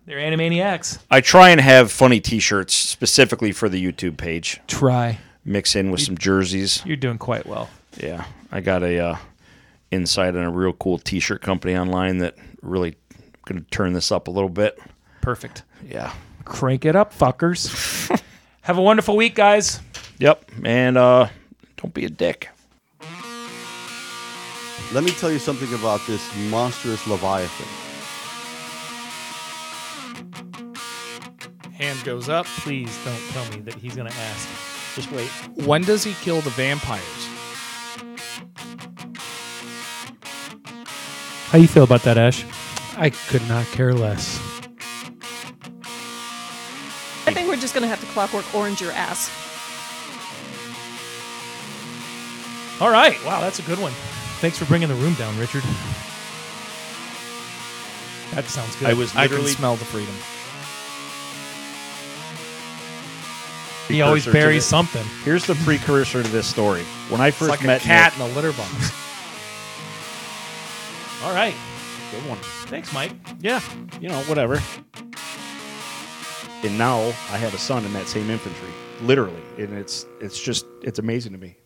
C: They're Animaniacs.
A: I try and have funny t shirts specifically for the YouTube page.
C: Try.
A: Mix in with some jerseys.
C: You're doing quite well.
A: Yeah, I got a uh, insight on a real cool T-shirt company online that really going to turn this up a little bit.
C: Perfect.
A: Yeah.
C: Crank it up, fuckers. have a wonderful week, guys.
A: Yep. And uh, don't be a dick.
D: Let me tell you something about this monstrous Leviathan.
C: Hand goes up. Please don't tell me that he's going to ask. Just wait.
E: When does he kill the vampires?
C: How you feel about that, Ash?
E: I could not care less.
F: I think we're just gonna have to clockwork orange your ass.
C: All right. Wow, that's a good one. Thanks for bringing the room down, Richard. That sounds good.
E: I was
C: I
E: literally-
C: can smell the freedom. He always buries something.
A: Here's the precursor to this story. When I
E: It's
A: first
E: like a
A: met
E: cat
A: Nick-
E: in a litter box.
C: All right.
E: Good one.
C: Thanks, Mike.
A: yeah, you know, whatever. And now I have a son in that same infantry, literally, and it's it's just it's amazing to me.